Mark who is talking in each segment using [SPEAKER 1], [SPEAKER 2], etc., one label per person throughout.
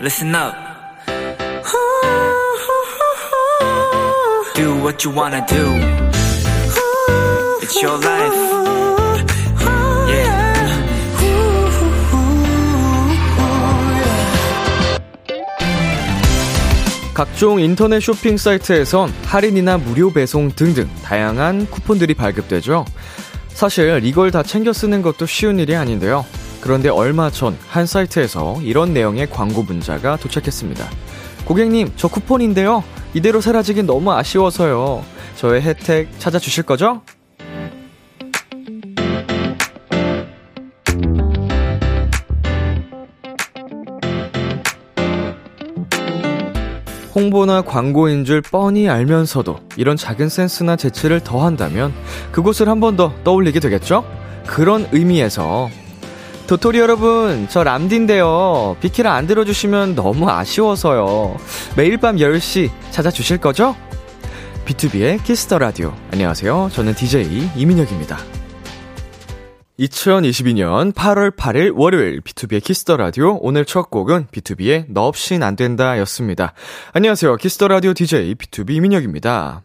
[SPEAKER 1] Listen up. Do what you wanna do. It's your life. Yeah.
[SPEAKER 2] 각종 인터넷 쇼핑 사이트에선 할인이나 무료 배송 등등 다양한 쿠폰들이 발급되죠. 사실 이걸 다 챙겨 쓰는 것도 쉬운 일이 아닌데요. 그런데 얼마 전 한 사이트에서 이런 내용의 광고 문자가 도착했습니다. 고객님, 저 쿠폰인데요. 이대로 사라지긴 너무 아쉬워서요. 저의 혜택 찾아주실 거죠? 홍보나 광고인 줄 뻔히 알면서도 이런 작은 센스나 재치를 더한다면 그곳을 한 번 더 떠올리게 되겠죠? 그런 의미에서 도토리 여러분, 저 람디인데요. 비키라 안 들어주시면 너무 아쉬워서요. 매일 밤 10시 찾아주실 거죠? B2B의 키스터 라디오. 안녕하세요. 저는 DJ 이민혁입니다. 2022년 8월 8일 월요일 B2B의 키스터 라디오 오늘 첫 곡은 B2B의 너 없인 안 된다였습니다. 안녕하세요. 키스터 라디오 DJ B2B 이민혁입니다.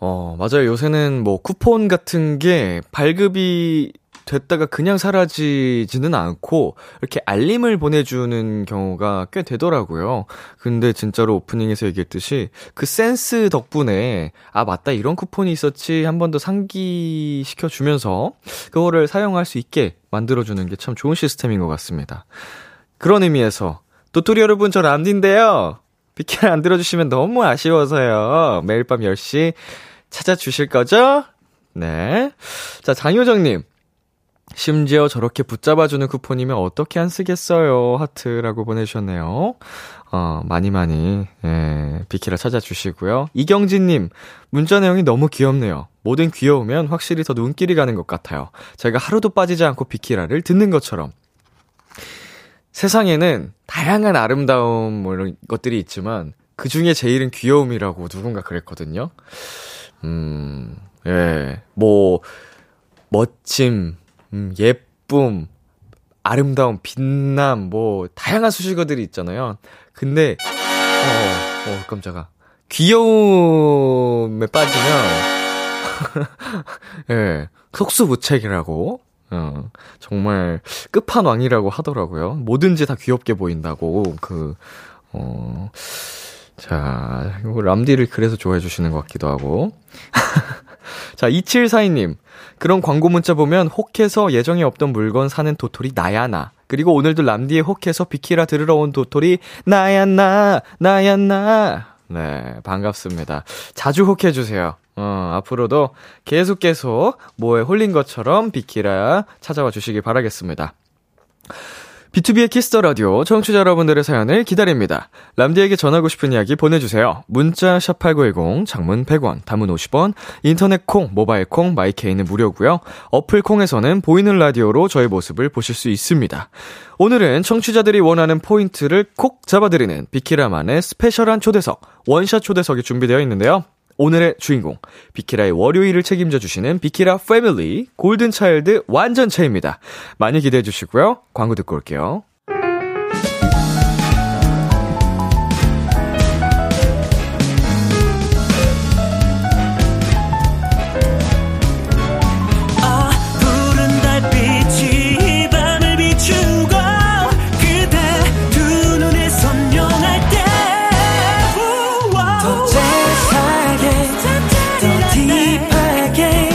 [SPEAKER 2] 어, 맞아요. 요새는 뭐 쿠폰 같은 게 발급이 됐다가 그냥 사라지지는 않고 이렇게 알림을 보내주는 경우가 꽤 되더라고요. 근데 진짜로 오프닝에서 얘기했듯이 그 센스 덕분에 아 맞다 이런 쿠폰이 있었지 한 번 더 상기시켜 주면서 그거를 사용할 수 있게 만들어주는 게 참 좋은 시스템인 것 같습니다. 그런 의미에서 도토리 여러분 저 람디인데요. 비켜 안 들어주시면 너무 아쉬워서요. 매일 밤 10시 찾아주실 거죠? 네. 자, 장효정님. 심지어 저렇게 붙잡아주는 쿠폰이면 어떻게 안 쓰겠어요. 하트라고 보내주셨네요. 어, 많이 많이, 예, 비키라 찾아주시고요. 이경진님, 문자 내용이 너무 귀엽네요. 뭐든 귀여우면 확실히 더 눈길이 가는 것 같아요. 제가 하루도 빠지지 않고 비키라를 듣는 것처럼. 세상에는 다양한 아름다움, 뭐 이런 것들이 있지만, 그 중에 제일은 귀여움이라고 누군가 그랬거든요. 음, 예, 뭐, 멋짐, 음, 예쁨, 아름다움, 빛남, 뭐, 다양한 수식어들이 있잖아요. 근데, 어, 어, 깜짝아. 귀여움에 빠지면, 예, 속수무책이라고, 어, 정말 끝판왕이라고 하더라고요. 뭐든지 다 귀엽게 보인다고, 그, 어, 자, 이거 람디를 그래서 좋아해 주시는 것 같기도 하고. 자, 2742님. 그런 광고 문자 보면 혹해서 예정에 없던 물건 사는 도토리 나야나. 그리고 오늘도 람디의 혹해서 비키라 들으러 온 도토리 나야나, 나야나. 네, 반갑습니다. 자주 혹해주세요. 어, 앞으로도 계속 계속 뭐에 홀린 것처럼 비키라 찾아와 주시기 바라겠습니다. B2B의 키스터 라디오 청취자 여러분들의 사연을 기다립니다. 람디에게 전하고 싶은 이야기 보내주세요. 문자 샵 #8910 장문 100원, 담은 50원, 인터넷 콩, 모바일 콩, 마이케이는 무료고요. 어플 콩에서는 보이는 라디오로 저의 모습을 보실 수 있습니다. 오늘은 청취자들이 원하는 포인트를 콕 잡아드리는 비키라만의 스페셜한 초대석 원샷 초대석이 준비되어 있는데요. 오늘의 주인공 비키라의 월요일을 책임져 주시는 비키라 패밀리 골든 차일드 완전체입니다. 많이 기대해 주시고요. 광고 듣고 올게요.
[SPEAKER 3] 아 푸른 달빛이 이 밤을 비추고 그대 두 눈에 선명할 때더 재하게 더 딥하게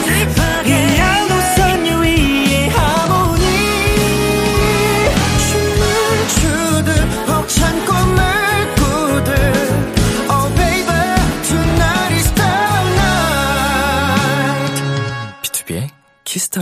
[SPEAKER 3] 이 양도선 유위의 하모니 춤을 추듯 벅찬 꿈을 꾸듯 Oh baby tonight is the night
[SPEAKER 2] B2B의 키스터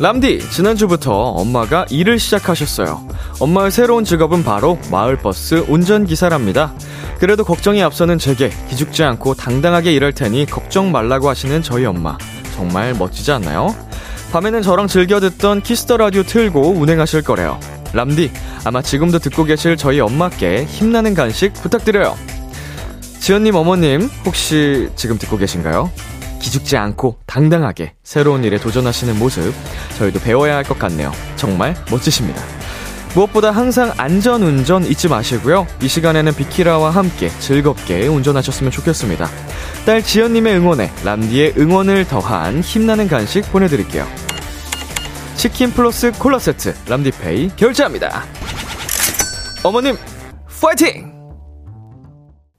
[SPEAKER 2] 람디, 지난주부터 엄마가 일을 시작하셨어요. 엄마의 새로운 직업은 바로 마을버스 운전기사랍니다. 그래도 걱정이 앞서는 제게 기죽지 않고 당당하게 일할 테니 걱정 말라고 하시는 저희 엄마. 정말 멋지지 않나요? 밤에는 저랑 즐겨 듣던 키스터 라디오 틀고 운행하실 거래요. 람디, 아마 지금도 듣고 계실 저희 엄마께 힘나는 간식 부탁드려요. 지연님 어머님, 혹시 지금 듣고 계신가요? 기죽지 않고 당당하게 새로운 일에 도전하시는 모습, 저희도 배워야 할 것 같네요. 정말 멋지십니다. 무엇보다 항상 안전 운전 잊지 마시고요. 이 시간에는 비키라와 함께 즐겁게 운전하셨으면 좋겠습니다. 딸 지연님의 응원에 람디의 응원을 더한 힘나는 간식 보내드릴게요. 치킨 플러스 콜라 세트 람디페이 결제합니다. 어머님, 파이팅!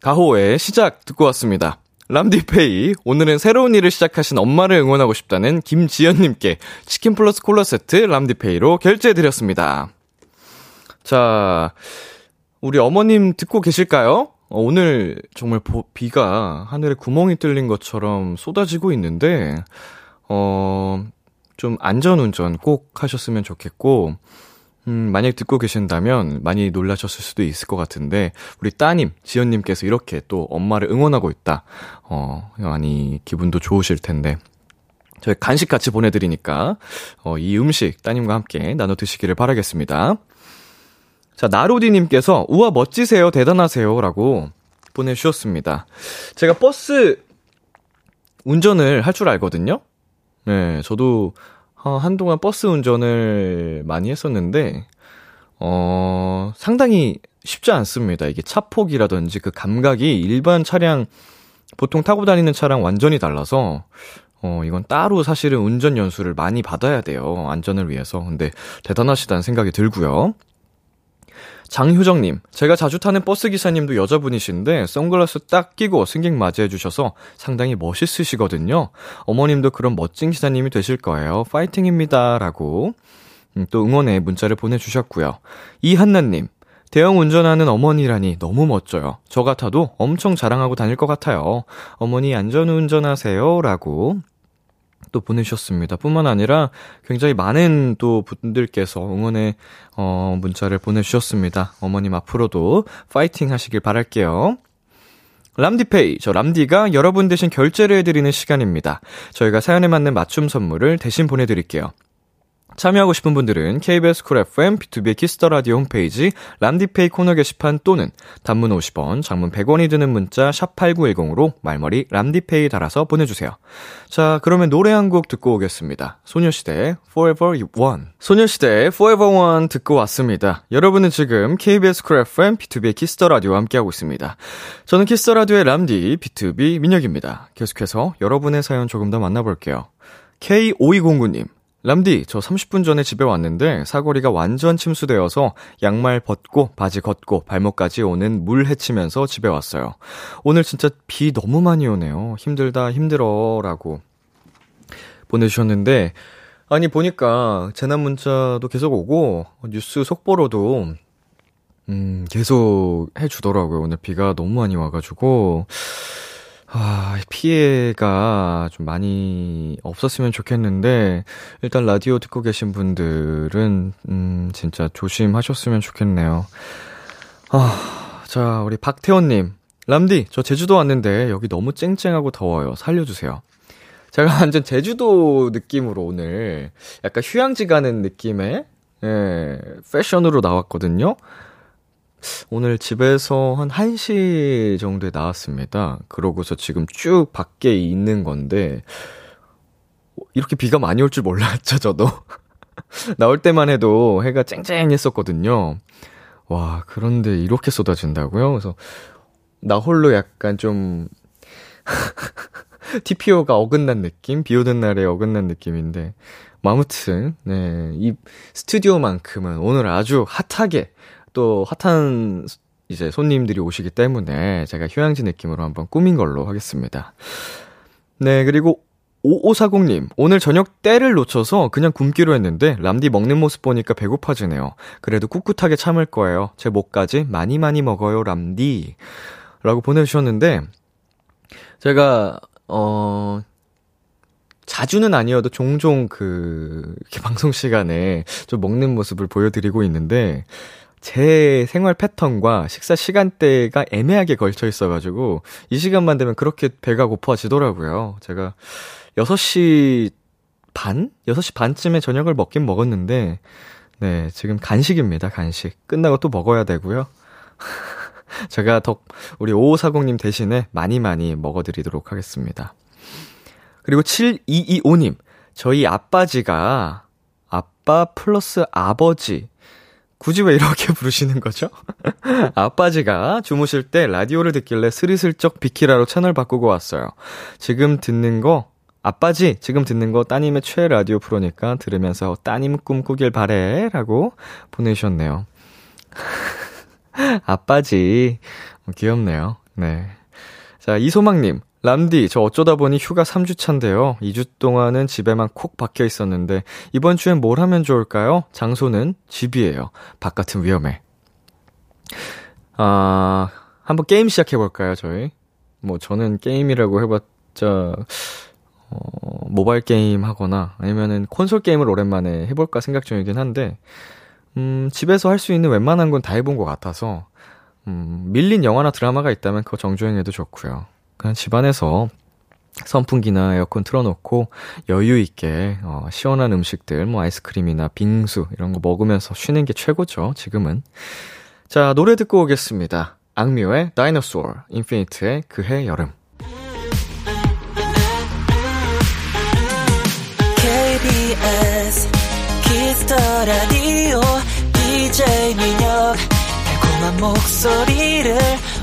[SPEAKER 2] 가호의 시작 듣고 왔습니다. 람디페이, 오늘은 새로운 일을 시작하신 엄마를 응원하고 싶다는 김지연님께 치킨 플러스 콜라 세트 람디페이로 결제해드렸습니다. 자, 우리 어머님 듣고 계실까요? 어, 오늘 정말 보- 비가 하늘에 구멍이 뚫린 것처럼 쏟아지고 있는데, 어, 좀 안전운전 꼭 하셨으면 좋겠고, 음, 만약 듣고 계신다면 많이 놀라셨을 수도 있을 것 같은데, 우리 따님, 지연님께서 이렇게 또 엄마를 응원하고 있다. 어, 많이 기분도 좋으실 텐데, 저희 간식 같이 보내드리니까, 어, 이 음식 따님과 함께 나눠 드시기를 바라겠습니다. 자, 나로디님께서, 우와, 멋지세요, 대단하세요, 라고 보내주셨습니다. 제가 버스 운전을 할 줄 알거든요? 네, 저도 어, 한동안 버스 운전을 많이 했었는데, 어, 상당히 쉽지 않습니다. 이게 차폭이라든지 그 감각이 일반 차량, 보통 타고 다니는 차랑 완전히 달라서, 어, 이건 따로 사실은 운전 연수를 많이 받아야 돼요. 안전을 위해서. 근데 대단하시다는 생각이 들고요. 장효정님, 제가 자주 타는 버스 기사님도 여자분이신데 선글라스 딱 끼고 승객 맞이해주셔서 상당히 멋있으시거든요. 어머님도 그런 멋진 기사님이 되실 거예요. 파이팅입니다.라고 음, 또 응원의 문자를 보내주셨고요. 이한나님, 대형 운전하는 어머니라니 너무 멋져요. 저 같아도 엄청 자랑하고 다닐 것 같아요. 어머니 안전운전하세요.라고 또 보내주셨습니다. 뿐만 아니라 굉장히 많은 또 분들께서 응원의 어, 문자를 보내주셨습니다. 어머님 앞으로도 파이팅 하시길 바랄게요. 람디페이, 저 람디가 여러분 대신 결제를 해드리는 시간입니다. 저희가 사연에 맞는 맞춤 선물을 대신 보내드릴게요. 참여하고 싶은 분들은 KBS 쿨 FM, B2B 키스터 라디오 홈페이지 람디페이 코너 게시판 또는 단문 50원, 장문 100원이 드는 문자 샵 8910으로 말머리 람디페이 달아서 보내주세요. 자, 그러면 노래 한 곡 듣고 오겠습니다. 소녀시대 Forever One. 소녀시대 Forever One 듣고 왔습니다. 여러분은 지금 KBS 쿨 FM, B2B 키스터 라디오와 함께하고 있습니다. 저는 키스터 라디오의 람디, B2B 민혁입니다. 계속해서 여러분의 사연 조금 더 만나볼게요. K5209님. 람디, 저 30분 전에 집에 왔는데 사거리가 완전 침수되어서 양말 벗고 바지 걷고 발목까지 오는 물 헤치면서 집에 왔어요. 오늘 진짜 비 너무 많이 오네요. 힘들다, 힘들어라고 보내주셨는데 아니 보니까 재난 문자도 계속 오고 뉴스 속보로도 음 계속 해주더라고요. 오늘 비가 너무 많이 와가지고 아, 피해가 좀 많이 없었으면 좋겠는데, 일단 라디오 듣고 계신 분들은, 음, 진짜 조심하셨으면 좋겠네요. 아, 자, 우리 박태원님. 람디, 저 제주도 왔는데 여기 너무 쨍쨍하고 더워요. 살려주세요. 제가 완전 제주도 느낌으로 오늘 약간 휴양지 가는 느낌의, 예, 패션으로 나왔거든요. 오늘 집에서 한 1시 정도에 나왔습니다. 그러고서 지금 쭉 밖에 있는 건데, 이렇게 비가 많이 올 줄 몰랐죠, 저도. 나올 때만 해도 해가 쨍쨍했었거든요. 와, 그런데 이렇게 쏟아진다고요? 그래서, 나 홀로 약간 좀, TPO가 어긋난 느낌? 비 오는 날에 어긋난 느낌인데. 뭐 아무튼, 네, 이 스튜디오만큼은 오늘 아주 핫하게, 또 핫한 이제 손님들이 오시기 때문에 제가 휴양지 느낌으로 한번 꾸민 걸로 하겠습니다. 네, 그리고 5540님, 오늘 저녁 때를 놓쳐서 그냥 굶기로 했는데, 람디 먹는 모습 보니까 배고파지네요. 그래도 꿋꿋하게 참을 거예요. 제 목까지 많이 많이 먹어요, 람디. 라고 보내주셨는데, 제가, 어, 자주는 아니어도 종종 그, 이렇게 방송 시간에 좀 먹는 모습을 보여드리고 있는데, 제 생활 패턴과 식사 시간대가 애매하게 걸쳐 있어가지고, 이 시간만 되면 그렇게 배가 고파지더라고요. 제가 6시 반? 6시 반쯤에 저녁을 먹긴 먹었는데, 네, 지금 간식입니다, 간식. 끝나고 또 먹어야 되고요. 제가 덕, 우리 5540님 대신에 많이 많이 먹어드리도록 하겠습니다. 그리고 7225님, 저희 아빠지가 아빠 플러스 아버지. 굳이 왜 이렇게 부르시는 거죠? 아빠지가 주무실 때 라디오를 듣길래 스리슬쩍 비키라로 채널 바꾸고 왔어요. 지금 듣는 거, 아빠지, 지금 듣는 거 따님의 최애 라디오 프로니까 들으면서 따님 꿈꾸길 바래. 라고 보내주셨네요. 아빠지. 어, 귀엽네요. 네. 자, 이소망님. 람디, 저 어쩌다 보니 휴가 3주 차인데요. 2주 동안은 집에만 콕 박혀 있었는데, 이번 주엔 뭘 하면 좋을까요? 장소는 집이에요. 바깥은 위험해. 아, 한번 게임 시작해볼까요, 저희? 뭐, 저는 게임이라고 해봤자, 어, 모바일 게임 하거나, 아니면은 콘솔 게임을 오랜만에 해볼까 생각 중이긴 한데, 음, 집에서 할 수 있는 웬만한 건 다 해본 것 같아서, 음, 밀린 영화나 드라마가 있다면 그거 정주행해도 좋고요. 그냥 집안에서 선풍기나 에어컨 틀어놓고 여유 있게 어, 시원한 음식들, 뭐 아이스크림이나 빙수 이런 거 먹으면서 쉬는 게 최고죠. 지금은 자 노래 듣고 오겠습니다. 악뮤의 다이너소어, 인피니트의 그해 여름.
[SPEAKER 3] KBS 키스터 라디오 DJ 민혁 달콤한 목소리를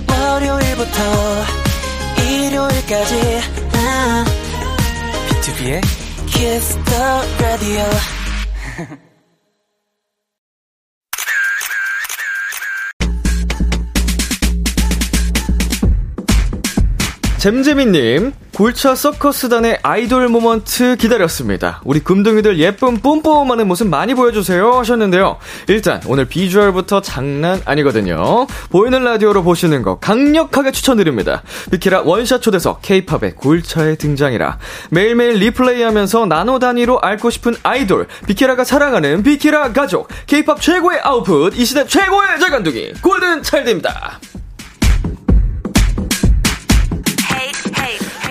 [SPEAKER 3] 월요일부터 일요일까지 아,
[SPEAKER 1] B2B의
[SPEAKER 3] 키스터 라디오
[SPEAKER 2] 잼재민님, 골차 서커스단의 아이돌 모먼트 기다렸습니다. 우리 금둥이들 예쁜 뿜뿜하는 모습 많이 보여주세요 하셨는데요. 일단 오늘 비주얼부터 장난 아니거든요. 보이는 라디오로 보시는 거 강력하게 추천드립니다. 비키라 원샷 초대석 케이팝의 골차의 등장이라 매일매일 리플레이하면서 나노 단위로 알고 싶은 아이돌 비키라가 사랑하는 비키라 가족 케이팝 최고의 아웃풋 이 시대 최고의 재간둥이 골든 차일드입니다.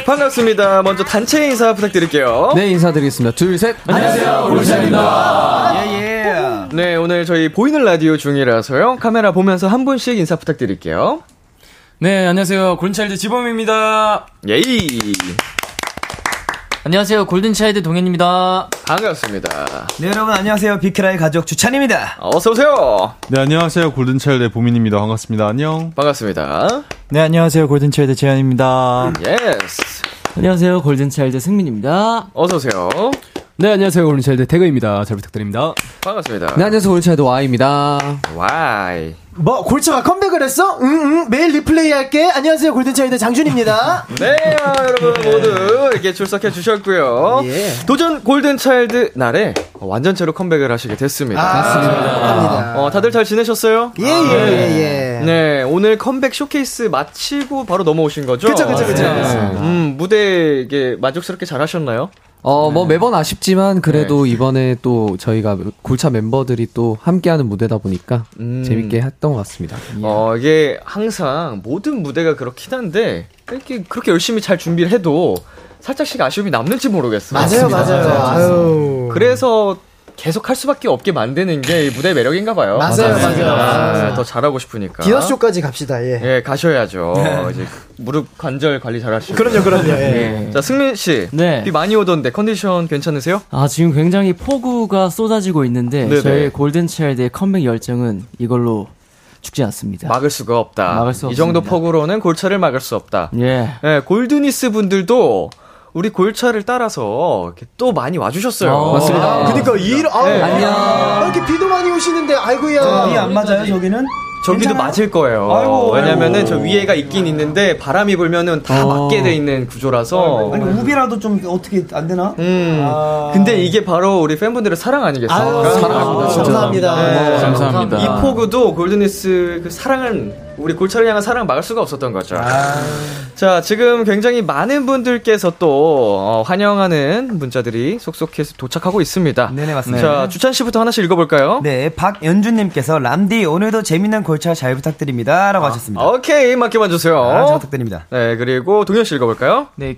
[SPEAKER 2] 반갑습니다. 먼저 단체 인사 부탁드릴게요. 아,
[SPEAKER 4] 네 인사드리겠습니다. 둘 셋. 안녕하세요 올샤입니다.
[SPEAKER 2] 네, 오늘 저희 보이는 라디오 중이라서요. 카메라 보면서 한 분씩 인사 부탁드릴게요.
[SPEAKER 4] 네 안녕하세요 골든차일드 지범입니다.
[SPEAKER 2] 예이!
[SPEAKER 4] 안녕하세요 골든차일드 동현입니다.
[SPEAKER 2] 반갑습니다.
[SPEAKER 5] 네 여러분 안녕하세요 비크라의 가족 주찬입니다.
[SPEAKER 2] 어서오세요!
[SPEAKER 6] 네, 안녕하세요. 골든차일드의 보민입니다. 반갑습니다. 안녕.
[SPEAKER 2] 반갑습니다.
[SPEAKER 5] 네 안녕하세요 골든차일드
[SPEAKER 4] 음.
[SPEAKER 5] 재현입니다.
[SPEAKER 2] 예스!
[SPEAKER 4] 안녕하세요 골든차일드 승민입니다.
[SPEAKER 2] 어서오세요.
[SPEAKER 4] 네 안녕하세요 골든차일드 태그입니다. 잘 부탁드립니다.
[SPEAKER 2] 반갑습니다. 아.
[SPEAKER 4] 네 안녕하세요 골든차일드 와입니다. 네,
[SPEAKER 2] 와이.
[SPEAKER 5] 뭐 골차가 컴백을 했어? 응응 매일 리플레이할게. 안녕하세요 골든차일드 장준입니다.
[SPEAKER 2] 네, 아, 여러분 모두 이렇게 출석해 주셨고요.
[SPEAKER 5] 예.
[SPEAKER 2] 도전 골든 차일드 날에 완전체로 컴백을 하시게 됐습니다.
[SPEAKER 5] 아, 감사합니다. 예,
[SPEAKER 2] 어, 다들 잘 지내셨어요? 아,
[SPEAKER 5] 예예예 예.
[SPEAKER 2] 네, 오늘 컴백 쇼케이스 마치고 바로 넘어오신 거죠?
[SPEAKER 5] 그쵸, 그쵸, 그쵸.
[SPEAKER 2] 네.
[SPEAKER 5] 맞습니다.
[SPEAKER 2] 음, 무대 이게 만족스럽게 잘 하셨나요? 네.
[SPEAKER 4] 어 뭐 매번 아쉽지만 그래도 이번에 또 저희가 골차 멤버들이 또 함께하는 무대다 보니까
[SPEAKER 2] 음.
[SPEAKER 4] 재밌게 했던 것 같습니다.
[SPEAKER 2] 어, 이게 항상 모든 무대가 그렇긴 한데 이렇게 그렇게 열심히 잘 준비를 해도 살짝씩 아쉬움이 남는지
[SPEAKER 5] 맞아요
[SPEAKER 2] 모르겠어요.
[SPEAKER 5] 맞아요. 아유.
[SPEAKER 2] 그래서 계속 할 수밖에 없게 만드는 게이 무대의 매력인가 봐요.
[SPEAKER 5] 맞아요, 맞아요.
[SPEAKER 2] 아, 더 잘하고 싶으니까.
[SPEAKER 5] 디너쇼까지 갑시다 예.
[SPEAKER 2] 예, 가셔야죠. 이제 무릎 관절 관리 잘 하시고.
[SPEAKER 5] 그럼요 그럼요. 예.
[SPEAKER 2] 자, 승민 씨.
[SPEAKER 7] 네.
[SPEAKER 2] 비 많이 오던데 컨디션 괜찮으세요?
[SPEAKER 7] 아 지금 굉장히 포구가 쏟아지고 있는데
[SPEAKER 2] 네네.
[SPEAKER 7] 저희 골든 차일드의 컴백 열정은 이걸로 죽지 않습니다.
[SPEAKER 2] 막을 수가 없다.
[SPEAKER 7] 막을 수
[SPEAKER 2] 이 정도
[SPEAKER 7] 없습니다.
[SPEAKER 2] 폭으로는 골차를 막을 수 없다.
[SPEAKER 7] 예.
[SPEAKER 2] 예, 골드니스 분들도 우리 골차를 따라서 이렇게 또 많이 와주셨어요.
[SPEAKER 7] 아, 맞습니다.
[SPEAKER 5] 아, 그니까 일 아우
[SPEAKER 2] 네.
[SPEAKER 5] 안녕. 아, 이렇게 비도 많이 오시는데 아이고야.
[SPEAKER 8] 어,
[SPEAKER 5] 비안 맞아요 저기는?
[SPEAKER 2] 저기도 맞을 거예요.
[SPEAKER 5] 아이고,
[SPEAKER 2] 왜냐면은 저 위에가 있긴 있는데 바람이 불면은
[SPEAKER 7] 어.
[SPEAKER 2] 다 맞게 돼 있는 구조라서.
[SPEAKER 5] 우비라도 좀 어떻게 안 되나?
[SPEAKER 2] 어. 음.
[SPEAKER 8] 아.
[SPEAKER 2] 근데 이게 바로 우리 팬분들의 사랑 아니겠어요?
[SPEAKER 5] 아유, 사랑합니다, 진짜. 감사합니다.
[SPEAKER 2] 네.
[SPEAKER 4] 감사합니다.
[SPEAKER 2] 이 포그도 골드니스 그 사랑은 우리 골철이 향한 사랑 막을 수가 없었던 거죠.
[SPEAKER 8] 아.
[SPEAKER 2] 자, 지금 굉장히 많은 분들께서 또 어, 환영하는 문자들이 속속해서 도착하고 있습니다.
[SPEAKER 8] 네네, 맞습니다.
[SPEAKER 2] 자, 주찬 씨부터 하나씩 읽어볼까요?
[SPEAKER 8] 네, 박연준님께서 람디 오늘도 재밌는 골차 잘
[SPEAKER 2] 아.
[SPEAKER 8] 부탁드립니다라고 하셨습니다.
[SPEAKER 2] 오케이, 맡겨만 주세요.
[SPEAKER 8] 아, 잘 부탁드립니다.
[SPEAKER 2] 네, 그리고 동현 씨 읽어볼까요?
[SPEAKER 7] 네,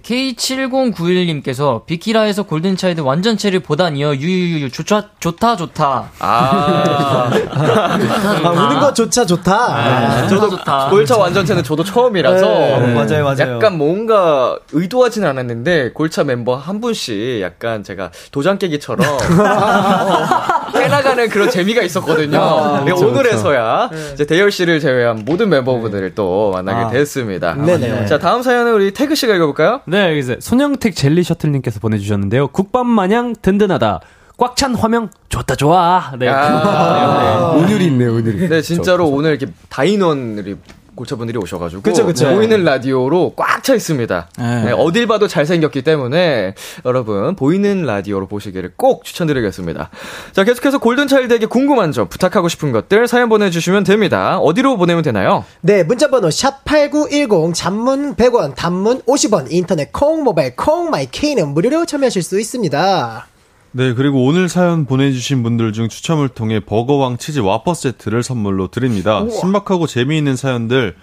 [SPEAKER 7] K7091님께서 비키라에서 골든차이드 완전체를 보다니요. 유유유유, 좋다, 좋다, 좋다.
[SPEAKER 2] 아,
[SPEAKER 5] 아, 우는 것조차 아, 좋다.
[SPEAKER 7] 저도 좋다.
[SPEAKER 2] 네. 골차 완전체는 저도 처음이라서
[SPEAKER 8] 네, 맞아요, 맞아요.
[SPEAKER 2] 약간 뭔가 의도하진 않았는데 골차 멤버 한 분씩 약간 제가 도장 깨기처럼 어, 해나가는 그런 재미가 있었거든요.
[SPEAKER 5] 아,
[SPEAKER 2] 내가 오늘에서야
[SPEAKER 5] 네.
[SPEAKER 2] 이제 대열 씨를 제외한 모든 멤버분들을 또 만나게 됐습니다.
[SPEAKER 5] 아. 네네.
[SPEAKER 2] 아, 자 다음 사연은 우리 태그 씨가 읽어볼까요?
[SPEAKER 9] 네, 이제 손영택 젤리 셔틀님께서 보내주셨는데요. 국밥 마냥 든든하다. 꽉 찬 화명 좋다 좋아. 네.
[SPEAKER 2] 아,
[SPEAKER 4] 운율이 있네, 운율이.
[SPEAKER 2] 네 진짜로 오늘 이렇게 다인원들이 골차분들이 오셔가지고
[SPEAKER 5] 그쵸, 그쵸.
[SPEAKER 2] 보이는 라디오로 꽉 차 있습니다. 네, 어딜 봐도 잘생겼기 때문에 여러분 보이는 라디오로 보시기를 꼭 추천드리겠습니다. 자 계속해서 골든차일드에게 궁금한 점 부탁하고 싶은 것들 사연 보내주시면 됩니다. 어디로 보내면 되나요?
[SPEAKER 5] 네, 문자번호 샵8910, 잔문 100원, 단문 50원, 인터넷 콩, 모바일 콩, 마이 케이는 무료로 참여하실 수 있습니다.
[SPEAKER 6] 네, 그리고 오늘 사연 보내주신 분들 중 추첨을 통해 버거왕 치즈 와퍼 세트를 선물로 드립니다. 신박하고 재미있는 사연들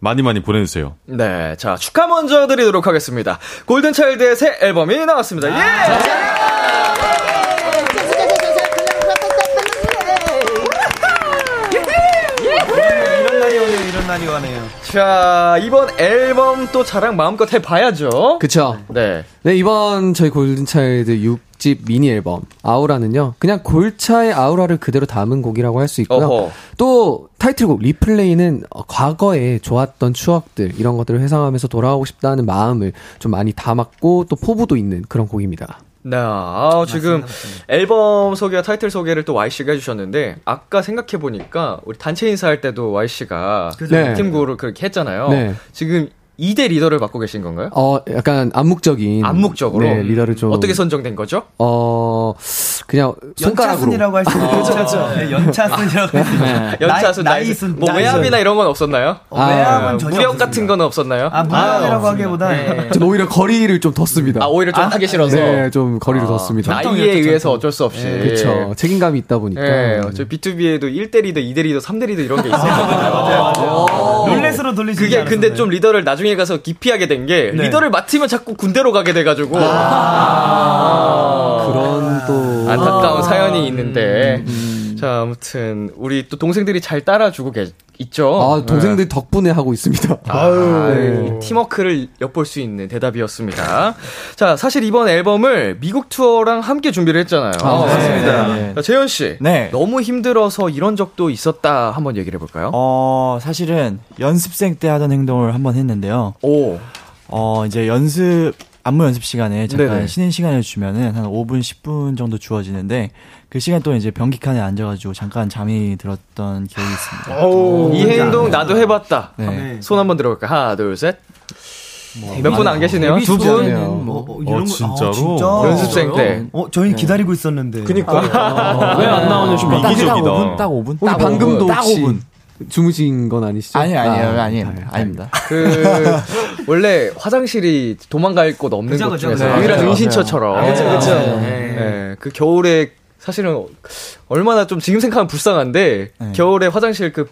[SPEAKER 6] 많이 많이 보내주세요.
[SPEAKER 2] 네, 자 축하 먼저 드리도록 하겠습니다. 골든차일드의 새 앨범이 나왔습니다. 예!
[SPEAKER 8] 이런 날이 오네요, 이런 날이 오네요.
[SPEAKER 2] 자 이번 앨범 또 자랑 마음껏 해봐야죠.
[SPEAKER 4] 그쵸.
[SPEAKER 2] 네.
[SPEAKER 4] 네, 이번 저희 골든차일드 6집 미니 앨범, 아우라는요, 그냥 골차의 아우라를 그대로 담은 곡이라고 할 수 있고요.
[SPEAKER 2] 어허.
[SPEAKER 4] 또, 타이틀곡, 리플레이는 어, 과거에 좋았던 추억들, 이런 것들을 회상하면서 돌아가고 싶다는 마음을 좀 많이 담았고, 또 포부도 있는 그런 곡입니다.
[SPEAKER 2] 네, 아, 지금 앨범 소개와 타이틀 소개를 또 Y씨가 해주셨는데, 아까 생각해보니까, 우리 단체 인사할 때도 Y씨가
[SPEAKER 4] 네.
[SPEAKER 2] 팀구를 그렇게 했잖아요.
[SPEAKER 4] 네.
[SPEAKER 2] 지금 2대 리더를 맡고 계신 건가요?
[SPEAKER 4] 어, 약간 암묵적인.
[SPEAKER 2] 암묵적으로.
[SPEAKER 4] 네, 리더를 좀.
[SPEAKER 2] 어떻게 선정된 거죠?
[SPEAKER 4] 어, 그냥 손가락으로.
[SPEAKER 8] 연차순이라고 할 수 있죠.
[SPEAKER 4] 그렇죠.
[SPEAKER 8] 네, 연차순이라고 할 수 있죠.
[SPEAKER 4] 네.
[SPEAKER 2] 연차순,
[SPEAKER 8] 나이,
[SPEAKER 2] 나이순.
[SPEAKER 8] 순
[SPEAKER 2] 뭐 외압이나 이런 건 없었나요? 아,
[SPEAKER 8] 어, 외압은 전혀
[SPEAKER 2] 무력 같은 건 없었나요?
[SPEAKER 8] 아, 무협이라고 하기보다
[SPEAKER 4] 좀 오히려 거리를 좀 뒀습니다.
[SPEAKER 2] 아, 오히려 좀 하기 싫어서. 아,
[SPEAKER 4] 네, 좀 거리를 뒀습니다. 네.
[SPEAKER 2] 나이에 의해서 어쩔 수 없이.
[SPEAKER 4] 그쵸. 책임감이 있다 보니까. 네.
[SPEAKER 2] 예, 저 B2B에도 1대 리더, 2대 리더, 3대 리더 이런 게 있어요.
[SPEAKER 8] 아, 룰렛으로 돌리지 네.
[SPEAKER 2] 그게 근데 좀 리더를 나중에 가서 기피하게 된 게 리더를 맡으면 자꾸 군대로 가게 돼가지고
[SPEAKER 4] 아,
[SPEAKER 2] 아,
[SPEAKER 4] 그런 또 아. 음,
[SPEAKER 2] 안타까운 사연이 있는데 자 아무튼 우리 또 동생들이 잘 따라주고 계, 있죠.
[SPEAKER 4] 아, 동생들 덕분에 하고 있습니다.
[SPEAKER 2] 어. 예. 아, 이 팀워크를 엿볼 수 있는 대답이었습니다. 자, 사실 이번 앨범을 미국 투어랑 함께 준비를 했잖아요. 맞습니다. 재현 씨,
[SPEAKER 7] 네.
[SPEAKER 2] 너무 힘들어서 이런 적도 있었다. 한번 얘기를 해볼까요?
[SPEAKER 7] 어, 사실은 연습생 때 하던 행동을 한번 했는데요.
[SPEAKER 2] 오,
[SPEAKER 7] 어, 이제 연습, 안무 연습 시간에 잠깐
[SPEAKER 2] 네네.
[SPEAKER 7] 쉬는 시간을 주면은 한 5분, 10분 정도 주어지는데 그 시간 동안 이제 변기칸에 앉아가지고 잠깐 잠이 들었던 기억이 있습니다.
[SPEAKER 2] 이 행동 나도 해봤다.
[SPEAKER 7] 네. 뭐,
[SPEAKER 2] 손 한번 들어볼까? 하나, 둘, 셋. 몇 분 안 아, 계시네요?
[SPEAKER 8] 데뷔
[SPEAKER 2] 두 분.
[SPEAKER 8] 시간에는 뭐, 어, 이런
[SPEAKER 6] 어,
[SPEAKER 8] 거- 아,
[SPEAKER 6] 진짜로?
[SPEAKER 8] 진짜?
[SPEAKER 2] 연습생 때.
[SPEAKER 8] 어, 저희 기다리고 있었는데. 아,
[SPEAKER 6] 왜 안 나오는 좀 이기적이다.
[SPEAKER 7] 딱 5분?
[SPEAKER 4] 혹시 방금도
[SPEAKER 7] 딱
[SPEAKER 4] 혹시
[SPEAKER 7] 5분.
[SPEAKER 4] 주무신 건 아니시죠?
[SPEAKER 7] 아니, 아니요,
[SPEAKER 4] 아,
[SPEAKER 7] 아니요. 아닙니다.
[SPEAKER 2] 그, 원래 화장실이 도망갈 곳 없는 곳 중에서 유일한 은신처처럼. 아, 그쵸, 그쵸. 그 겨울에 사실은 얼마나 좀 지금 생각하면 불쌍한데,
[SPEAKER 7] 네.
[SPEAKER 2] 겨울에 화장실 그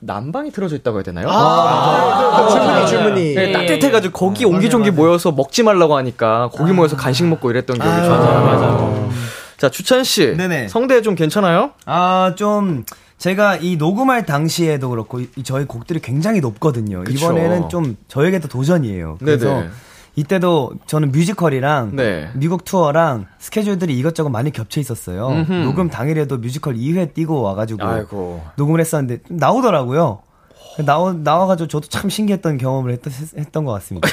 [SPEAKER 2] 난방이 틀어져 있다고 해야 되나요?
[SPEAKER 8] 아,
[SPEAKER 5] 주문이, 주문이.
[SPEAKER 2] 아, 네, 따뜻해가지고 거기 옹기종기 모여서 먹지 말라고 하니까
[SPEAKER 8] 아.
[SPEAKER 2] 거기 모여서 간식 먹고 이랬던 기억이 좋아요. 어. 자, 주찬 씨.
[SPEAKER 8] 네네.
[SPEAKER 2] 성대 좀 괜찮아요?
[SPEAKER 8] 아, 좀 제가 이 녹음할 당시에도 그렇고 이- 저희 곡들이 굉장히 높거든요.
[SPEAKER 2] 그쵸.
[SPEAKER 8] 이번에는 좀 저에게도 도전이에요. 그래서
[SPEAKER 2] 네네.
[SPEAKER 8] 이때도 저는 뮤지컬이랑
[SPEAKER 2] 네.
[SPEAKER 8] 미국 투어랑 스케줄들이 이것저것 많이 겹쳐 있었어요. 녹음 당일에도 뮤지컬 2회 뛰고 와가지고
[SPEAKER 2] 아이고.
[SPEAKER 8] 녹음을 했었는데 좀 나오더라고요. 나오, 나와가지고 저도 참 신기했던 경험을 했, 했던 것 같습니다.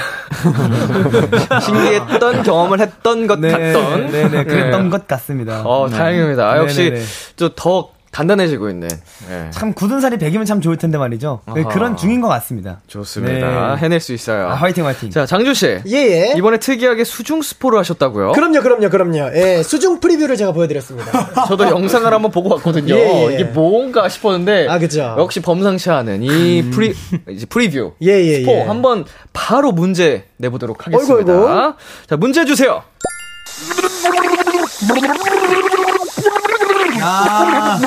[SPEAKER 2] 신기했던 경험을 했던 것 같던.
[SPEAKER 8] 네, 네네, 그랬던
[SPEAKER 2] 네.
[SPEAKER 8] 것 같습니다. 네.
[SPEAKER 2] 어, 다행입니다. 아, 역시
[SPEAKER 8] 네네네.
[SPEAKER 2] 저 더 단단해지고 있는. 예.
[SPEAKER 8] 참 굳은 살이 배기면 참 좋을 텐데 말이죠. 네,
[SPEAKER 2] 아하.
[SPEAKER 8] 그런 중인 것 같습니다.
[SPEAKER 2] 좋습니다. 해낼 수 있어요.
[SPEAKER 8] 아, 화이팅 화이팅.
[SPEAKER 2] 자, 장준 씨.
[SPEAKER 5] 예, 예.
[SPEAKER 2] 이번에 특이하게 수중 스포를 하셨다고요?
[SPEAKER 5] 그럼요, 그럼요, 그럼요. 예, 수중 프리뷰를 제가 보여드렸습니다.
[SPEAKER 2] 저도 영상을 한번 보고 왔거든요.
[SPEAKER 5] 예, 예.
[SPEAKER 2] 이게 뭔가 싶었는데
[SPEAKER 5] 아, 그죠. 음.
[SPEAKER 2] 역시 범상치 않은 이 프리 이제 프리뷰
[SPEAKER 5] 예, 예,
[SPEAKER 2] 스포
[SPEAKER 5] 예.
[SPEAKER 2] 한번 바로 문제 내보도록 하겠습니다.
[SPEAKER 5] 어이구, 어이구.
[SPEAKER 2] 자 문제 주세요. 아.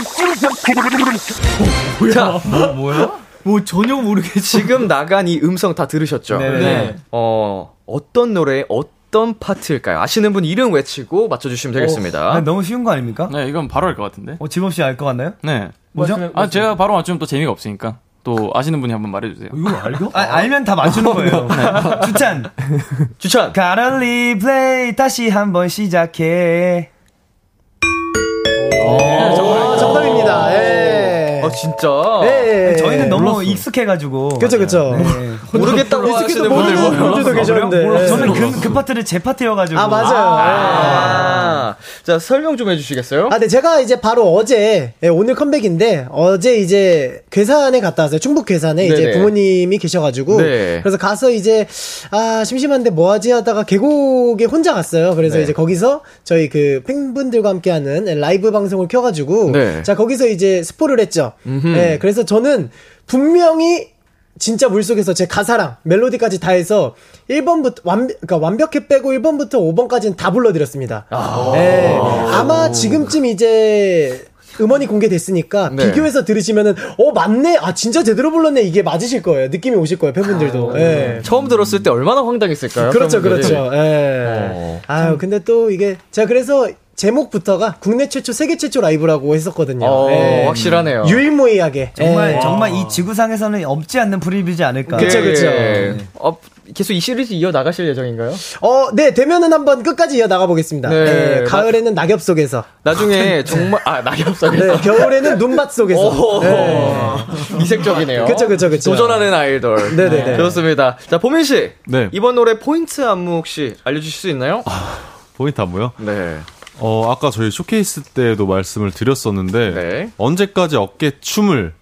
[SPEAKER 2] 자
[SPEAKER 8] 뭐 전혀 모르겠지.
[SPEAKER 2] 지금 나간 이 음성 다 들으셨죠?
[SPEAKER 8] 네.
[SPEAKER 7] 네.
[SPEAKER 2] 어 어떤 노래의 어떤 파트일까요? 아시는 분 이름 외치고 맞춰주시면 되겠습니다.
[SPEAKER 8] 아, 너무 쉬운 거 아닙니까?
[SPEAKER 10] 네, 이건 바로 알 것 같은데.
[SPEAKER 8] 어, 집없이 알 것 같나요?
[SPEAKER 10] 네.
[SPEAKER 8] 뭐죠?
[SPEAKER 10] 아, 제가 바로 맞추면 또 재미가 없으니까. 또 아시는 분이 한번
[SPEAKER 5] 어,
[SPEAKER 10] 말해주세요.
[SPEAKER 8] 아, 알면 다 맞추는 거예요. 추찬.
[SPEAKER 2] 추천.
[SPEAKER 8] 가라 리플레이 다시 한번 시작해.
[SPEAKER 5] 어, 정답입니다. 예.
[SPEAKER 2] 아 진짜.
[SPEAKER 5] 예, 예.
[SPEAKER 8] 저희는 너무 익숙해가지고. 네.
[SPEAKER 5] 그쵸, 그쵸.
[SPEAKER 2] 모르겠다고
[SPEAKER 5] 익숙해도
[SPEAKER 2] 하시는 분들
[SPEAKER 5] 모르는
[SPEAKER 2] 보면.
[SPEAKER 5] 분들도 계셨는데. 네.
[SPEAKER 2] 네.
[SPEAKER 8] 저는 그, 그 파트를 제 파트여가지고.
[SPEAKER 5] 아, 맞아요.
[SPEAKER 2] 아, 자 설명 좀 해주시겠어요?
[SPEAKER 5] 아, 네, 제가 이제 바로 어제, 예, 오늘 컴백인데, 어제 이제 괴산에 갔다 왔어요. 충북 괴산에
[SPEAKER 2] 네네.
[SPEAKER 5] 이제 부모님이 계셔가지고,
[SPEAKER 2] 네.
[SPEAKER 5] 그래서 가서 이제, 아, 심심한데 뭐하지 하다가 계곡에 혼자 갔어요. 그래서
[SPEAKER 2] 네.
[SPEAKER 5] 이제 거기서 저희 그 팬분들과 함께하는 라이브 방송을 켜가지고,
[SPEAKER 2] 네.
[SPEAKER 5] 자, 거기서 이제 스포를 했죠. 예, 그래서 저는 분명히 진짜 물속에서 제 가사랑 멜로디까지 다 해서 1번부터 완, 그러니까 완벽히 빼고 1번부터 5번까지는 다 불러드렸습니다.
[SPEAKER 2] 아.
[SPEAKER 5] 예. 아마 지금쯤 이제 음원이 공개됐으니까
[SPEAKER 2] 네.
[SPEAKER 5] 비교해서 들으시면은 어 맞네 아 진짜 제대로 불렀네 이게 맞으실 거예요 느낌이 오실 거예요 팬분들도
[SPEAKER 2] 아,
[SPEAKER 8] 네.
[SPEAKER 5] 예.
[SPEAKER 2] 네. 처음 들었을 때 얼마나 황당했을까요?
[SPEAKER 5] 그렇죠
[SPEAKER 2] 팬분들이?
[SPEAKER 5] 그렇죠 예.
[SPEAKER 2] 어.
[SPEAKER 5] 아유 근데 또 이게 제가 그래서 제목부터가 국내 최초 세계 최초 라이브라고 했었거든요
[SPEAKER 2] 어,
[SPEAKER 5] 예.
[SPEAKER 2] 확실하네요.
[SPEAKER 5] 유일무이하게
[SPEAKER 8] 정말,
[SPEAKER 5] 예.
[SPEAKER 8] 정말 이 지구상에서는 없지 않는 프리뷰지 않을까. 네.
[SPEAKER 5] 그쵸, 그쵸.
[SPEAKER 2] 예. 어, 계속 이 시리즈 이어 나가실 예정인가요?
[SPEAKER 5] 어, 네, 되면은 한번 끝까지 이어 나가 보겠습니다.
[SPEAKER 2] 네,
[SPEAKER 5] 네,
[SPEAKER 2] 맞-
[SPEAKER 5] 가을에는 낙엽 속에서,
[SPEAKER 2] 나중에 정말 아 낙엽사에서
[SPEAKER 5] 네, 겨울에는 눈밭 속에서.
[SPEAKER 2] 오,
[SPEAKER 5] 네.
[SPEAKER 2] 이색적이네요.
[SPEAKER 5] 그쵸, 그쵸, 그쵸.
[SPEAKER 2] 도전하는 아이돌.
[SPEAKER 5] 네네네.
[SPEAKER 2] 좋습니다. 자, 보민 씨.
[SPEAKER 6] 네. 아,
[SPEAKER 2] 이번 노래 포인트 안무 혹시 알려주실 수 있나요?
[SPEAKER 6] 포인트 안무요?
[SPEAKER 2] 네.
[SPEAKER 6] 어, 아까 저희 쇼케이스 때도 말씀을 드렸었는데
[SPEAKER 2] 네.
[SPEAKER 6] 언제까지 어깨 춤을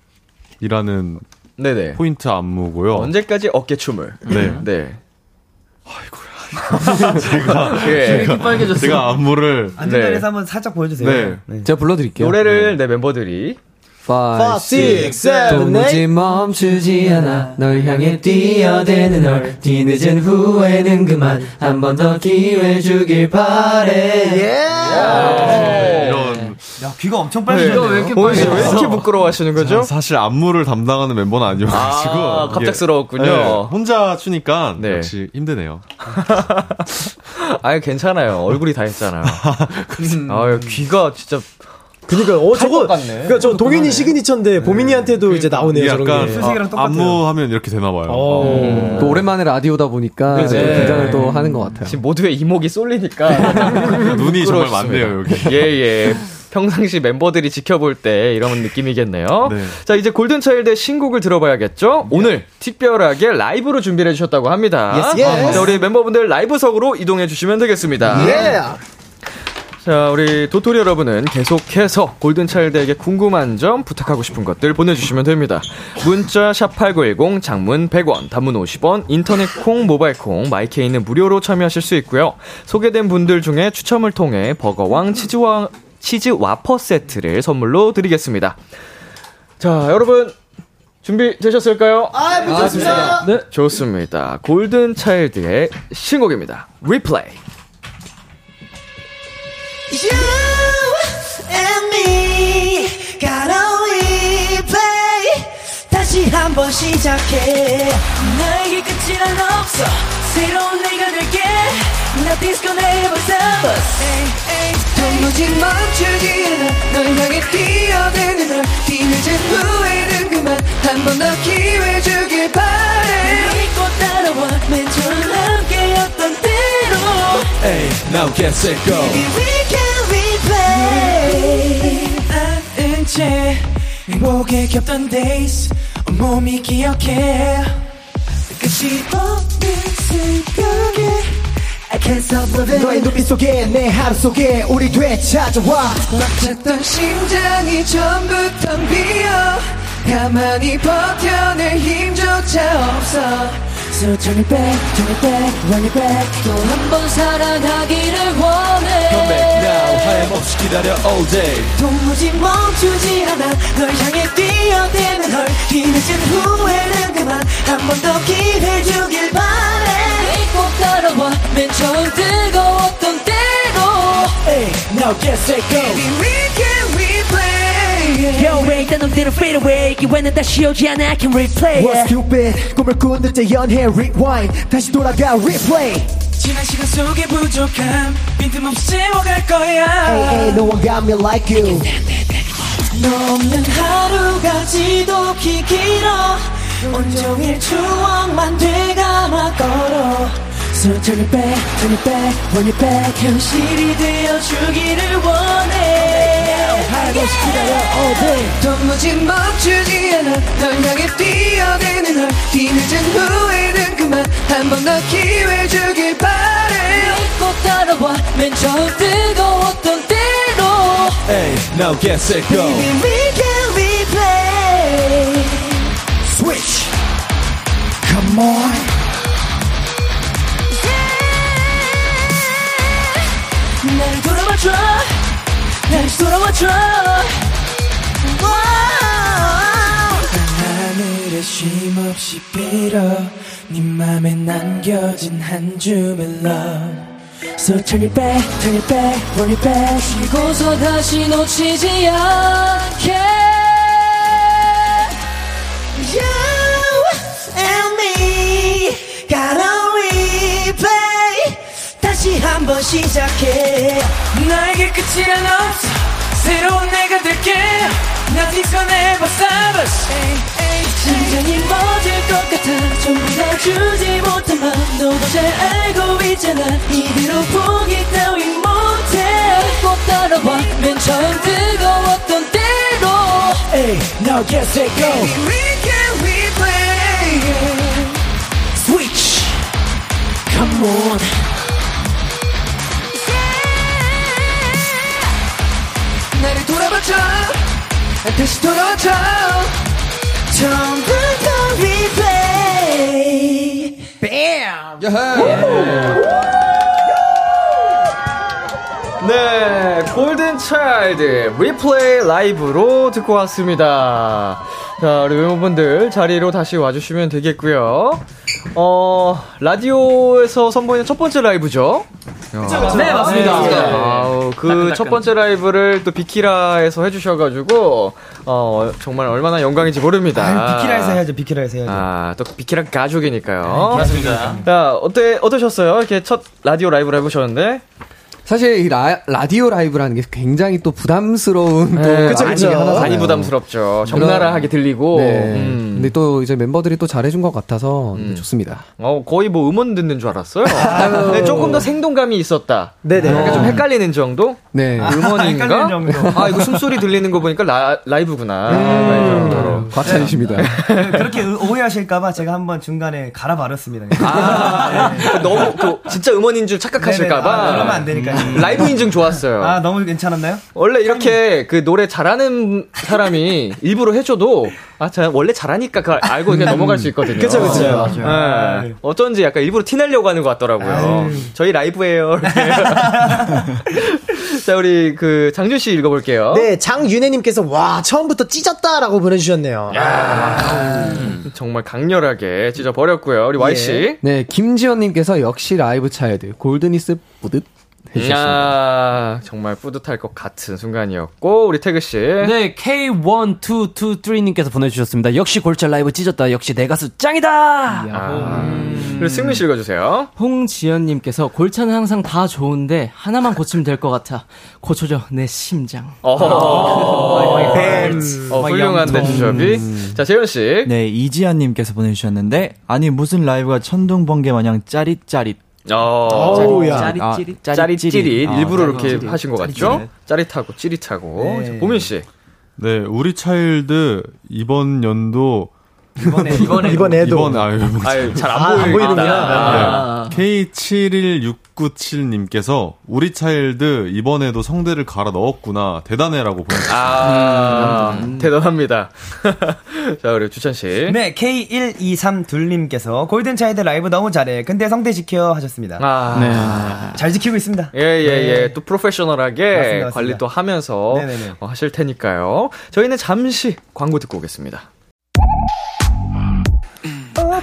[SPEAKER 6] 이라는
[SPEAKER 2] 네네.
[SPEAKER 6] 포인트 안무고요.
[SPEAKER 2] 언제까지 어깨춤을.
[SPEAKER 6] 네.
[SPEAKER 2] 네. 아이고야. 제가. 예.
[SPEAKER 6] 제가 안무를
[SPEAKER 2] 네.
[SPEAKER 8] 안전자리에서 한번 살짝 보여주세요.
[SPEAKER 6] 네.
[SPEAKER 4] 제가 불러드릴게요. 네.
[SPEAKER 2] 노래를 내 멤버들이
[SPEAKER 4] Five,
[SPEAKER 5] six, seven,
[SPEAKER 4] 도무지 멈추지 않아 널 향해 뛰어대는 널 뒤늦은 후회는 그만 한 번 더 기회 주길 바래
[SPEAKER 6] 이런
[SPEAKER 8] 예. 야, 귀가 엄청 빨개졌네요.
[SPEAKER 2] 보민 예. 어, 씨왜 이렇게 부끄러워하시는 거죠?
[SPEAKER 6] 사실 안무를 담당하는 멤버는 아니어가지고
[SPEAKER 2] 아,
[SPEAKER 6] 이게-
[SPEAKER 2] 갑작스러웠군요.
[SPEAKER 6] 네, 혼자 추니까
[SPEAKER 2] 네.
[SPEAKER 6] 역시 힘드네요.
[SPEAKER 2] 아니 괜찮아요. 얼굴이 다 했잖아요. 음. 아유 귀가 진짜
[SPEAKER 5] 그니까, 어, 저거,
[SPEAKER 2] 것 같네. 네.
[SPEAKER 5] 그니까 저 동현이 시그니처인데, 보민이한테도 이제 나오네요,
[SPEAKER 6] 이게
[SPEAKER 5] 저런
[SPEAKER 6] 약간
[SPEAKER 5] 게. 어.
[SPEAKER 8] 수식이랑 똑같아요.
[SPEAKER 6] 안무하면 이렇게 되나 봐요.
[SPEAKER 4] 어. 또 오랜만에 라디오다 보니까 좀 긴장을 또 하는 것 같아요.
[SPEAKER 2] 어. 네, 지금 모두의 이목이 쏠리니까
[SPEAKER 6] 눈이 정말
[SPEAKER 2] 부끄러우시습니다.
[SPEAKER 6] 많네요, 여기.
[SPEAKER 2] 예예. 평상시 멤버들이 지켜볼 때 이런 느낌이겠네요.
[SPEAKER 6] 네.
[SPEAKER 2] 자 이제 골든차일드의 신곡을
[SPEAKER 4] 네.
[SPEAKER 2] 들어봐야겠죠. 오늘 특별하게 라이브로 준비를 해주셨다고 합니다.
[SPEAKER 5] Yes, yes.
[SPEAKER 2] 자 우리 멤버분들 라이브석으로 이동해 주시면 되겠습니다.
[SPEAKER 5] 예!
[SPEAKER 2] 자 우리 도토리 여러분은 계속해서 골든차일드에게 궁금한 점 부탁하고 싶은 것들 보내주시면 됩니다 문자 샵8910 장문 100원 단문 50원 인터넷 콩 모바일 콩 마이케이는 무료로 참여하실 수 있고요 소개된 분들 중에 추첨을 통해 버거왕 치즈와 치즈 와퍼 세트를 선물로 드리겠습니다 자 여러분 준비 되셨을까요?
[SPEAKER 5] 아, 미쳤습니다.
[SPEAKER 2] 네 좋습니다 골든차일드의 신곡입니다 리플레이
[SPEAKER 3] You and me gotta replay 다시 한번 시작해 나에게 끝이란 없어 새로운 내가 될게 Nothing's gonna ever stop us 도무지 멈추지 않아 널 향해 뛰어드는 널 뒤늦은 후회는 그만 한 번 더 기회 주길 바래 믿고 따라와 맨 처음 함께였던 대로 Maybe we can replay
[SPEAKER 11] 어.
[SPEAKER 3] 나은 채 행복에 겹던 days 온몸이 기억해 끝이 없는 새벽에 I can't stop living
[SPEAKER 11] 너의 눈빛 속에 내 하루 속에 우리 되찾아와
[SPEAKER 3] 꽉 찼던 심장이 전부 텅 비어 가만히 버텨낼 힘조차 없어 So turn it back, turn it back, run it back 또 한 번 사랑하기를 원해
[SPEAKER 11] Come back now 하염없이 기다려 all day
[SPEAKER 3] 도무지 멈추지 않아 널 향해 뛰어대는 널 뒤늦은 후회는 그만 한 번 더 기회 주길 바래 꼭 따라와 맨 처음 뜨거웠던 때로
[SPEAKER 11] Hey now get set
[SPEAKER 3] Baby
[SPEAKER 11] go
[SPEAKER 3] we can replay
[SPEAKER 11] Yo, wait,
[SPEAKER 3] 난 놈대로 fade away 기회는 다시 오지 않아 I can replay
[SPEAKER 11] What's stupid 꿈을 꾸는 듯 연해 rewind 다시 돌아가 replay
[SPEAKER 3] 지난 시간 속에 부족함 빈틈없이 채워갈 거야
[SPEAKER 11] Hey hey no one got me like you
[SPEAKER 3] 너 없는 하루가 지독히 길어 온종일 추억만 되감아 걸어 So turn it back, turn it back, run it back 현실이 되어주기를 원해 하염없이 기다려 all day 도무지 멈추지 않아 널 향해 뛰어드는 널 뒤늦은 후회는 그만 한 번 더 기회 주길 바래 꼭 따라와 맨 처음 뜨거웠던 때로
[SPEAKER 11] Hey now get set go
[SPEAKER 3] Baby, we can replay.
[SPEAKER 11] Switch Come on
[SPEAKER 3] 나를 돌아봐줘. 나를 돌아봐줘.
[SPEAKER 1] 하늘에 쉼 없이 빌어 네 맘에 남겨진 한 줌의 love
[SPEAKER 3] So turn it back, turn it back, run it back. 쉬고서 다시 놓치지 않게. You and me gotta replay. 다시 한 번 시작해. 나에게 끝이란 없어. 새로운 내가 될게. Nothing's gonna ever stop us. 심장이 멎을 것 같아. 전부 다 주지 못한 맘. 너도 잘 알고 있잖아. 이대로 포기 따윈 못해. 꼭 따라와. 맨 처음 뜨거웠던 때로.
[SPEAKER 11] Hey now get set go
[SPEAKER 3] We can replay.
[SPEAKER 11] Switch Come on
[SPEAKER 3] 나를 돌아봐줘 다시 돌아와줘 전부터 리플레이 BAM!
[SPEAKER 2] 네, 골든 차일드 리플레이 라이브로 듣고 왔습니다. 자, 우리 외모분들 자리로 다시 와주시면 되겠고요. 어, 라디오에서 선보이는 첫 번째 라이브죠? 아,
[SPEAKER 10] 그쵸. 네, 맞습니다. 네.
[SPEAKER 2] 아우, 그
[SPEAKER 10] 따끈따끈.
[SPEAKER 2] 첫 번째 라이브를 또 비키라에서 해주셔가지고, 어, 정말 얼마나 영광인지 모릅니다.
[SPEAKER 8] 아유, 비키라에서 해야죠. 비키라에서 해야죠.
[SPEAKER 2] 아, 또 비키라 가족이니까요.
[SPEAKER 8] 아, 맞습니다.
[SPEAKER 2] 자, 어때, 어떠셨어요? 이렇게 첫 라디오 라이브를 해보셨는데?
[SPEAKER 4] 사실 이 라, 라디오 라이브라는 게 굉장히 또 부담스러운 또 라인이 하나잖아요.
[SPEAKER 2] 네, 많이 부담스럽죠. 적나라하게 들리고.
[SPEAKER 4] 네.
[SPEAKER 2] 음.
[SPEAKER 4] 근데 또 이제 멤버들이 또 잘해준 것 같아서 네, 좋습니다.
[SPEAKER 2] 어, 거의 뭐 음원 듣는 줄 알았어요. 근데 조금 더 생동감이 있었다. 네네. 약간 좀 헷갈리는 정도?
[SPEAKER 4] 네.
[SPEAKER 8] 아,
[SPEAKER 2] 음원인가? 아, 이거 숨소리 들리는 거 보니까 라, 라이브구나. 음. 정도로. 네.
[SPEAKER 4] 과찬이십니다.
[SPEAKER 8] 그렇게 의- 오해하실까봐 제가 한번 중간에 갈아 바렸습니다.
[SPEAKER 2] 너무 그 진짜 음원인 줄 착각하실까봐.
[SPEAKER 8] 네네. 아, 그러면 안 되니까요.
[SPEAKER 2] 음. 라이브 인증 좋았어요.
[SPEAKER 8] 아, 너무 괜찮았나요?
[SPEAKER 2] 원래 이렇게 그 노래 잘하는 사람이 일부러 해줘도 아, 자, 원래 잘하니까 그걸 알고 그냥 넘어갈 수 있거든요.
[SPEAKER 8] 그쵸, 그쵸.
[SPEAKER 2] 예. 어쩐지 약간 일부러 티내려고 하는 것 같더라고요. 저희 라이브예요. 이렇게. 자, 우리 그 장준 씨 읽어볼게요.
[SPEAKER 5] 네, 장윤혜님께서 와 처음부터 찢었다라고 보내주셨네요.
[SPEAKER 2] 아, 정말 강렬하게 찢어 버렸고요. 우리 Y 씨.
[SPEAKER 4] 네, 김지현님께서 역시 라이브 차일드 골든이스 뿌듯 해주셨습니다.
[SPEAKER 2] 이야, 정말 뿌듯할 것 같은 순간이었고 우리 태그 씨.
[SPEAKER 9] 네, K1223님께서 보내주셨습니다. 역시 골차 라이브 찢었다. 역시 내 가수 짱이다!
[SPEAKER 2] 아, 음. 그리고 승민 씨 읽어주세요.
[SPEAKER 12] 홍지연님께서 골차는 항상 다 좋은데 하나만 고치면 될 것 같아. 고쳐줘 내 심장.
[SPEAKER 2] 어, 어,
[SPEAKER 12] My
[SPEAKER 2] 훌륭한
[SPEAKER 12] 영통.
[SPEAKER 2] 대주접이. 자, 재현 씨.
[SPEAKER 7] 네, 이지아님께서 보내주셨는데, 아니, 무슨 라이브가 천둥번개 마냥 짜릿짜릿.
[SPEAKER 2] 어,
[SPEAKER 7] 어우야.
[SPEAKER 2] 아,
[SPEAKER 7] 짜릿, 짜릿,
[SPEAKER 2] 짜릿찌릿.
[SPEAKER 7] 아,
[SPEAKER 2] 일부러
[SPEAKER 7] 짜릿,
[SPEAKER 2] 이렇게
[SPEAKER 7] 짜릿.
[SPEAKER 2] 하신 것
[SPEAKER 7] 짜릿,
[SPEAKER 2] 같죠?
[SPEAKER 7] 짜릿.
[SPEAKER 2] 짜릿하고 어, 찌릿하고.
[SPEAKER 7] 네.
[SPEAKER 2] 자, 보민 씨.
[SPEAKER 6] 네, 우리 차일드 이번 연도 이번에도.
[SPEAKER 5] 이번에도.
[SPEAKER 6] 이번, 아유,
[SPEAKER 5] 아유, 잘안
[SPEAKER 6] 아,
[SPEAKER 5] 보이겠다.
[SPEAKER 6] 네. K71697님께서 우리 차일드 이번에도 성대를 갈아 넣었구나 대단해라고 보내주셨습니다.
[SPEAKER 2] 아,
[SPEAKER 6] 음.
[SPEAKER 2] 대단합니다. 자, 우리 주찬씨.
[SPEAKER 8] 네, K1232님께서 골든차이드 라이브 너무 잘해. 근데 성대 지켜 하셨습니다.
[SPEAKER 2] 아.
[SPEAKER 8] 잘 지키고 있습니다.
[SPEAKER 2] 예, 예,
[SPEAKER 8] 네.
[SPEAKER 2] 예. 또 프로페셔널하게
[SPEAKER 8] 맞습니다, 맞습니다.
[SPEAKER 2] 관리 또 하면서
[SPEAKER 8] 네네네.
[SPEAKER 2] 어, 하실 테니까요. 저희는 잠시 광고 듣고 오겠습니다.
[SPEAKER 3] Oh,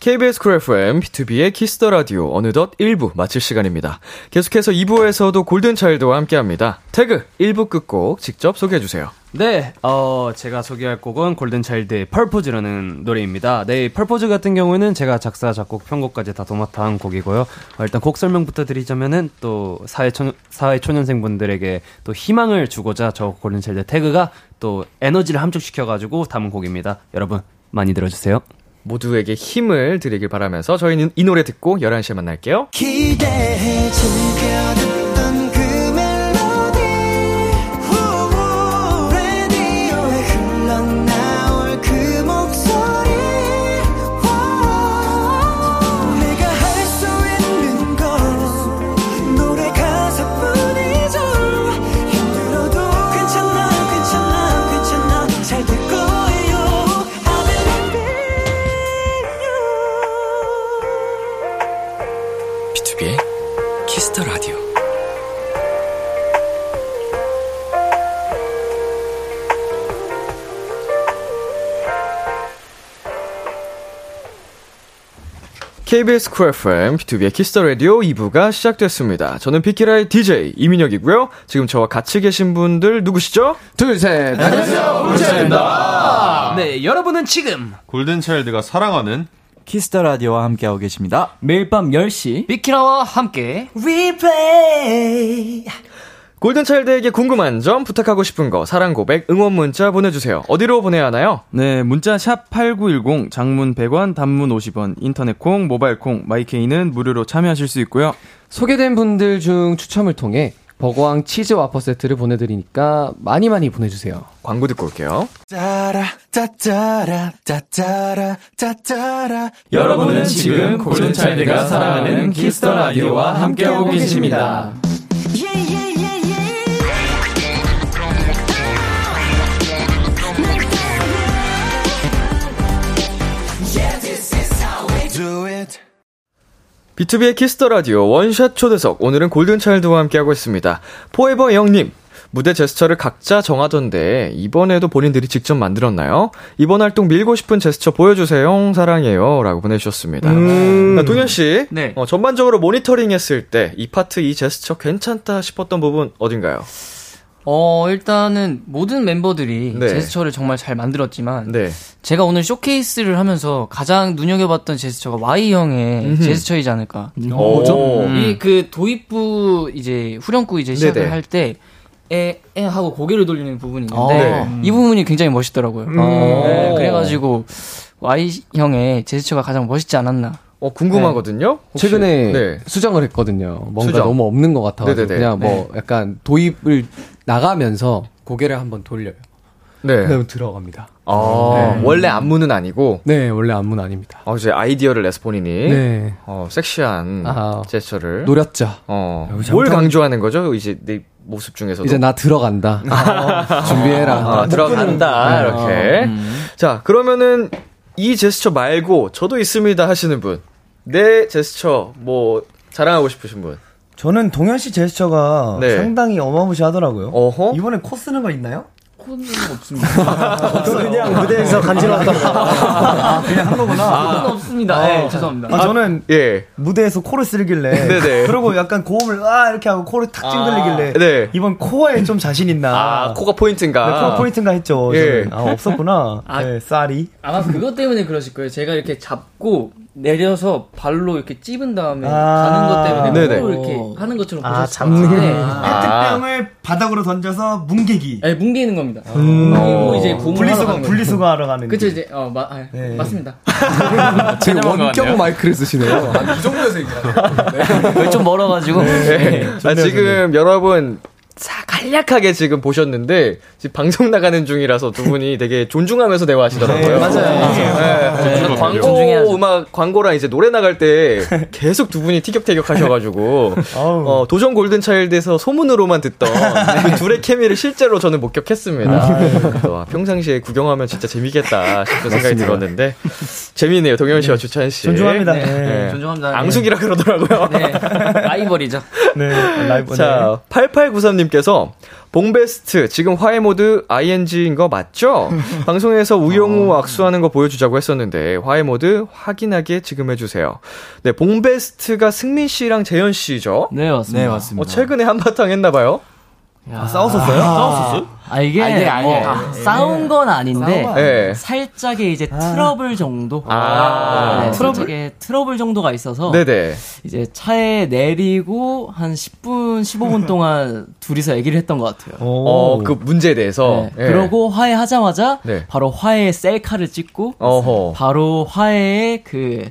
[SPEAKER 2] KBS 쿨 FM, B2B의 키스터 라디오, 어느덧 1부 마칠 시간입니다. 계속해서 2부에서도 골든차일드와 함께 합니다. 태그 1부 끝곡 직접 소개해주세요.
[SPEAKER 9] 네, 어, 제가 소개할 곡은 골든차일드의 펄포즈라는 노래입니다. 네, 펄포즈 같은 경우에는 제가 작사, 작곡, 편곡까지 다 도맡아 한 곡이고요. 어, 일단 곡 설명부터 드리자면은 또 사회 초, 사회 초년생분들에게 또 희망을 주고자 저 골든차일드 태그가 또 에너지를 함축시켜가지고 담은 곡입니다. 여러분, 많이 들어주세요.
[SPEAKER 2] 모두에게 힘을 드리길 바라면서 저희는 이 노래 듣고 11시에 만날게요.
[SPEAKER 3] 기대해 즐겨 듣던 그 멜로디 후후 라디오에 흘러나올 그 목소리 와. 내가 할 수 있는 건 노래 가사뿐이죠 힘들어도 괜찮아 괜찮아 괜찮아 잘 될 거예요 I believe it.
[SPEAKER 13] B2B의 키스터 라디오.
[SPEAKER 2] KBS 쿨 FM, B2B의 키스터 라디오 2부가 시작됐습니다. 저는 피키라의 DJ 이민혁이고요. 지금 저와 같이 계신 분들 누구시죠?
[SPEAKER 4] 둘, 셋.
[SPEAKER 6] 안녕하세요, 골든차일드입니다.
[SPEAKER 9] 네, 여러분은 지금
[SPEAKER 6] 골든차일드가 사랑하는
[SPEAKER 7] 키스터 라디오와 함께하고 계십니다.
[SPEAKER 12] 매일 밤 10시
[SPEAKER 9] 비키라와 함께
[SPEAKER 3] 리플레이
[SPEAKER 2] 골든차일드에게 궁금한 점, 부탁하고 싶은 거, 사랑 고백, 응원 문자 보내주세요. 어디로 보내야 하나요?
[SPEAKER 10] 네, 문자 샵 8910, 장문 100원, 단문 50원, 인터넷 콩, 모바일 콩, 마이케이는 무료로 참여하실 수 있고요.
[SPEAKER 4] 소개된 분들 중 추첨을 통해 버거왕 치즈 와퍼 세트를 보내드리니까 많이 많이 보내주세요.
[SPEAKER 2] 광고 듣고 올게요.
[SPEAKER 11] 짜라 짜짜라 짜짜라 짜짜라
[SPEAKER 13] 여러분은 지금 골든차일드가 사랑하는 키스터 라디오와 함께하고 계십니다.
[SPEAKER 11] Do it
[SPEAKER 2] B2B의 키스터 라디오 원샷 초대석 오늘은 골든 차일드와 함께하고 있습니다. 포에버 영님 무대 제스처를 각자 정하던데 이번에도 본인들이 직접 만들었나요? 이번 활동 밀고 싶은 제스처 보여주세요. 사랑해요라고 보내주셨습니다.
[SPEAKER 4] 음.
[SPEAKER 2] 자, 동현 씨,
[SPEAKER 4] 네.
[SPEAKER 2] 어, 전반적으로 모니터링했을 때 이 파트 이 제스처 괜찮다 싶었던 부분 어딘가요?
[SPEAKER 12] 어, 일단은 모든 멤버들이
[SPEAKER 2] 네.
[SPEAKER 12] 제스처를 정말 잘 만들었지만
[SPEAKER 2] 네.
[SPEAKER 12] 제가 오늘 쇼케이스를 하면서 가장 눈여겨봤던 제스처가 Y 형의
[SPEAKER 2] 음흠.
[SPEAKER 12] 제스처이지 않을까.
[SPEAKER 2] 오. 뭐죠? 음.
[SPEAKER 12] 이 그 도입부 이제 후렴구 이제 시작을
[SPEAKER 2] 네네.
[SPEAKER 12] 할 때 에, 에 하고 고개를 돌리는 부분이
[SPEAKER 2] 어.
[SPEAKER 12] 있는데
[SPEAKER 2] 네. 음.
[SPEAKER 12] 이 부분이 굉장히 멋있더라고요. 네, 그래가지고 Y 형의 제스처가 가장 멋있지 않았나. 네.
[SPEAKER 2] 어 궁금하거든요.
[SPEAKER 4] 최근에
[SPEAKER 2] 네.
[SPEAKER 4] 수정을 했거든요. 뭔가
[SPEAKER 2] 수정.
[SPEAKER 4] 너무 없는 것 같아가지고
[SPEAKER 2] 네네네.
[SPEAKER 4] 그냥 뭐 약간 도입을 나가면서 고개를 한번 돌려요.
[SPEAKER 2] 네.
[SPEAKER 4] 그다음 들어갑니다.
[SPEAKER 2] 아,
[SPEAKER 4] 네.
[SPEAKER 2] 원래 안무는 아니고.
[SPEAKER 4] 네, 원래 안무는 아닙니다.
[SPEAKER 2] 어, 이제 아이디어를 내서 본인이.
[SPEAKER 4] 네.
[SPEAKER 2] 어, 섹시한
[SPEAKER 4] 아,
[SPEAKER 2] 제스처를.
[SPEAKER 4] 노렸죠.
[SPEAKER 2] 어.
[SPEAKER 4] 여기서
[SPEAKER 2] 뭘
[SPEAKER 4] 한번-
[SPEAKER 2] 강조하는 거죠? 이제 내 모습 중에서도.
[SPEAKER 4] 이제 나 들어간다. 준비해라.
[SPEAKER 2] 아,
[SPEAKER 12] 음.
[SPEAKER 2] 들어간다.
[SPEAKER 4] 네.
[SPEAKER 2] 이렇게. 자, 그러면은 이 제스처 말고 저도 있습니다 하시는 분. 내 제스처 뭐 자랑하고 싶으신 분.
[SPEAKER 8] 저는 동현 씨 제스처가
[SPEAKER 2] 네.
[SPEAKER 8] 상당히 어마무시하더라고요.
[SPEAKER 2] 이번에
[SPEAKER 8] 코 쓰는 거 있나요?
[SPEAKER 12] 코는
[SPEAKER 8] 없습니다. 아, 그냥 무대에서 간지러웠다.
[SPEAKER 12] 그냥 한 거구나. 맞습니다. 아, 네, 죄송합니다.
[SPEAKER 8] 아, 저는
[SPEAKER 2] 예.
[SPEAKER 8] 무대에서 코를 쓸길래
[SPEAKER 2] 아, 네네.
[SPEAKER 8] 그리고 약간 고음을 아 이렇게 하고 코를 탁 찡들리길래
[SPEAKER 2] 네.
[SPEAKER 8] 이번 코어에 좀 자신 있나
[SPEAKER 2] 아, 코가 포인트인가?
[SPEAKER 8] 네, 코어 포인트인가 했죠.
[SPEAKER 2] 예.
[SPEAKER 8] 저는. 아 없었구나. 네, 쌀이
[SPEAKER 12] 아마 그것 때문에 그러실 거예요. 제가 이렇게 잡고 내려서 발로 이렇게 찝은 다음에
[SPEAKER 8] 아.
[SPEAKER 12] 가는 것 때문에
[SPEAKER 8] 네네.
[SPEAKER 12] 코 이렇게 하는 것처럼
[SPEAKER 8] 아
[SPEAKER 12] 보셨을
[SPEAKER 8] 잡는
[SPEAKER 12] 것
[SPEAKER 8] 게
[SPEAKER 12] 같은데
[SPEAKER 2] 아.
[SPEAKER 8] 페트병을 바닥으로 던져서 뭉개기.
[SPEAKER 12] 네, 뭉개는 겁니다.
[SPEAKER 8] 음.
[SPEAKER 12] 그리고 이제 봄을 하러
[SPEAKER 8] 분리수거
[SPEAKER 12] 가는
[SPEAKER 8] 분리수거하러 가는.
[SPEAKER 12] 그쵸 이제 어 마, 아,
[SPEAKER 2] 네.
[SPEAKER 12] 맞습니다.
[SPEAKER 4] 되게
[SPEAKER 12] 찬양한 거
[SPEAKER 4] 원격
[SPEAKER 12] 같네요.
[SPEAKER 4] 마이크를 쓰시네요.
[SPEAKER 12] 아, 이 정도에서
[SPEAKER 2] 좀 멀어가지고.
[SPEAKER 9] 네.
[SPEAKER 2] 아, 지금 여러분 싹 간략하게 지금 보셨는데 지금 방송 나가는 중이라서 두 분이 되게 존중하면서
[SPEAKER 9] 네,
[SPEAKER 2] 대화하시더라고요.
[SPEAKER 9] 맞아요.
[SPEAKER 2] 네.
[SPEAKER 9] 존중하죠.
[SPEAKER 2] 광고
[SPEAKER 9] 존중해야죠.
[SPEAKER 2] 음악 광고랑 이제 노래 나갈 때 계속 두 분이 티격태격하셔가지고 어, 도전 골든 차일드에서 소문으로만 듣던 그 둘의 케미를 실제로 저는
[SPEAKER 9] 아.
[SPEAKER 2] 목격했습니다. 와, 평상시에 구경하면 진짜 재미겠다 싶은 생각이
[SPEAKER 9] 맞습니다.
[SPEAKER 2] 들었는데 재미있네요. 동현 씨와 주찬 씨.
[SPEAKER 9] 존중합니다.
[SPEAKER 2] 네.
[SPEAKER 9] 네.
[SPEAKER 2] 네.
[SPEAKER 12] 존중합니다. 네.
[SPEAKER 2] 앙숙이라 그러더라고요.
[SPEAKER 12] 라이벌이죠.
[SPEAKER 8] 네, 라이브,
[SPEAKER 2] 자, 8893님께서 봉베스트 지금 화해 모드 ing인 거 맞죠? 방송에서 우영우 악수하는 거 보여주자고 했었는데 화해 모드 확인하게 지금 해주세요. 네, 봉베스트가 승민 씨랑 재현 씨죠?
[SPEAKER 12] 네 맞습니다.
[SPEAKER 7] 네, 맞습니다.
[SPEAKER 2] 어, 최근에 한바탕 했나봐요.
[SPEAKER 12] 아, 싸웠었어요? 아. 싸웠었어요? 아 이게
[SPEAKER 2] 아, 이게
[SPEAKER 12] 뭐
[SPEAKER 2] 아니에요.
[SPEAKER 12] 아, 싸운 건 아닌데
[SPEAKER 2] 싸운 건 아니에요.
[SPEAKER 12] 살짝의 이제 트러블 정도
[SPEAKER 2] 예. 아.
[SPEAKER 12] 네,
[SPEAKER 2] 트러블?
[SPEAKER 12] 살짝의 트러블 정도가 있어서
[SPEAKER 2] 네네.
[SPEAKER 12] 이제 차에 내리고 한 10분 15분 동안 둘이서 얘기를 했던 것 같아요. 네.
[SPEAKER 2] 어, 그 문제에 대해서. 예.
[SPEAKER 12] 그러고 화해하자마자
[SPEAKER 2] 네.
[SPEAKER 12] 바로 화해 셀카를 찍고
[SPEAKER 2] 어허.
[SPEAKER 12] 바로 화해의 그,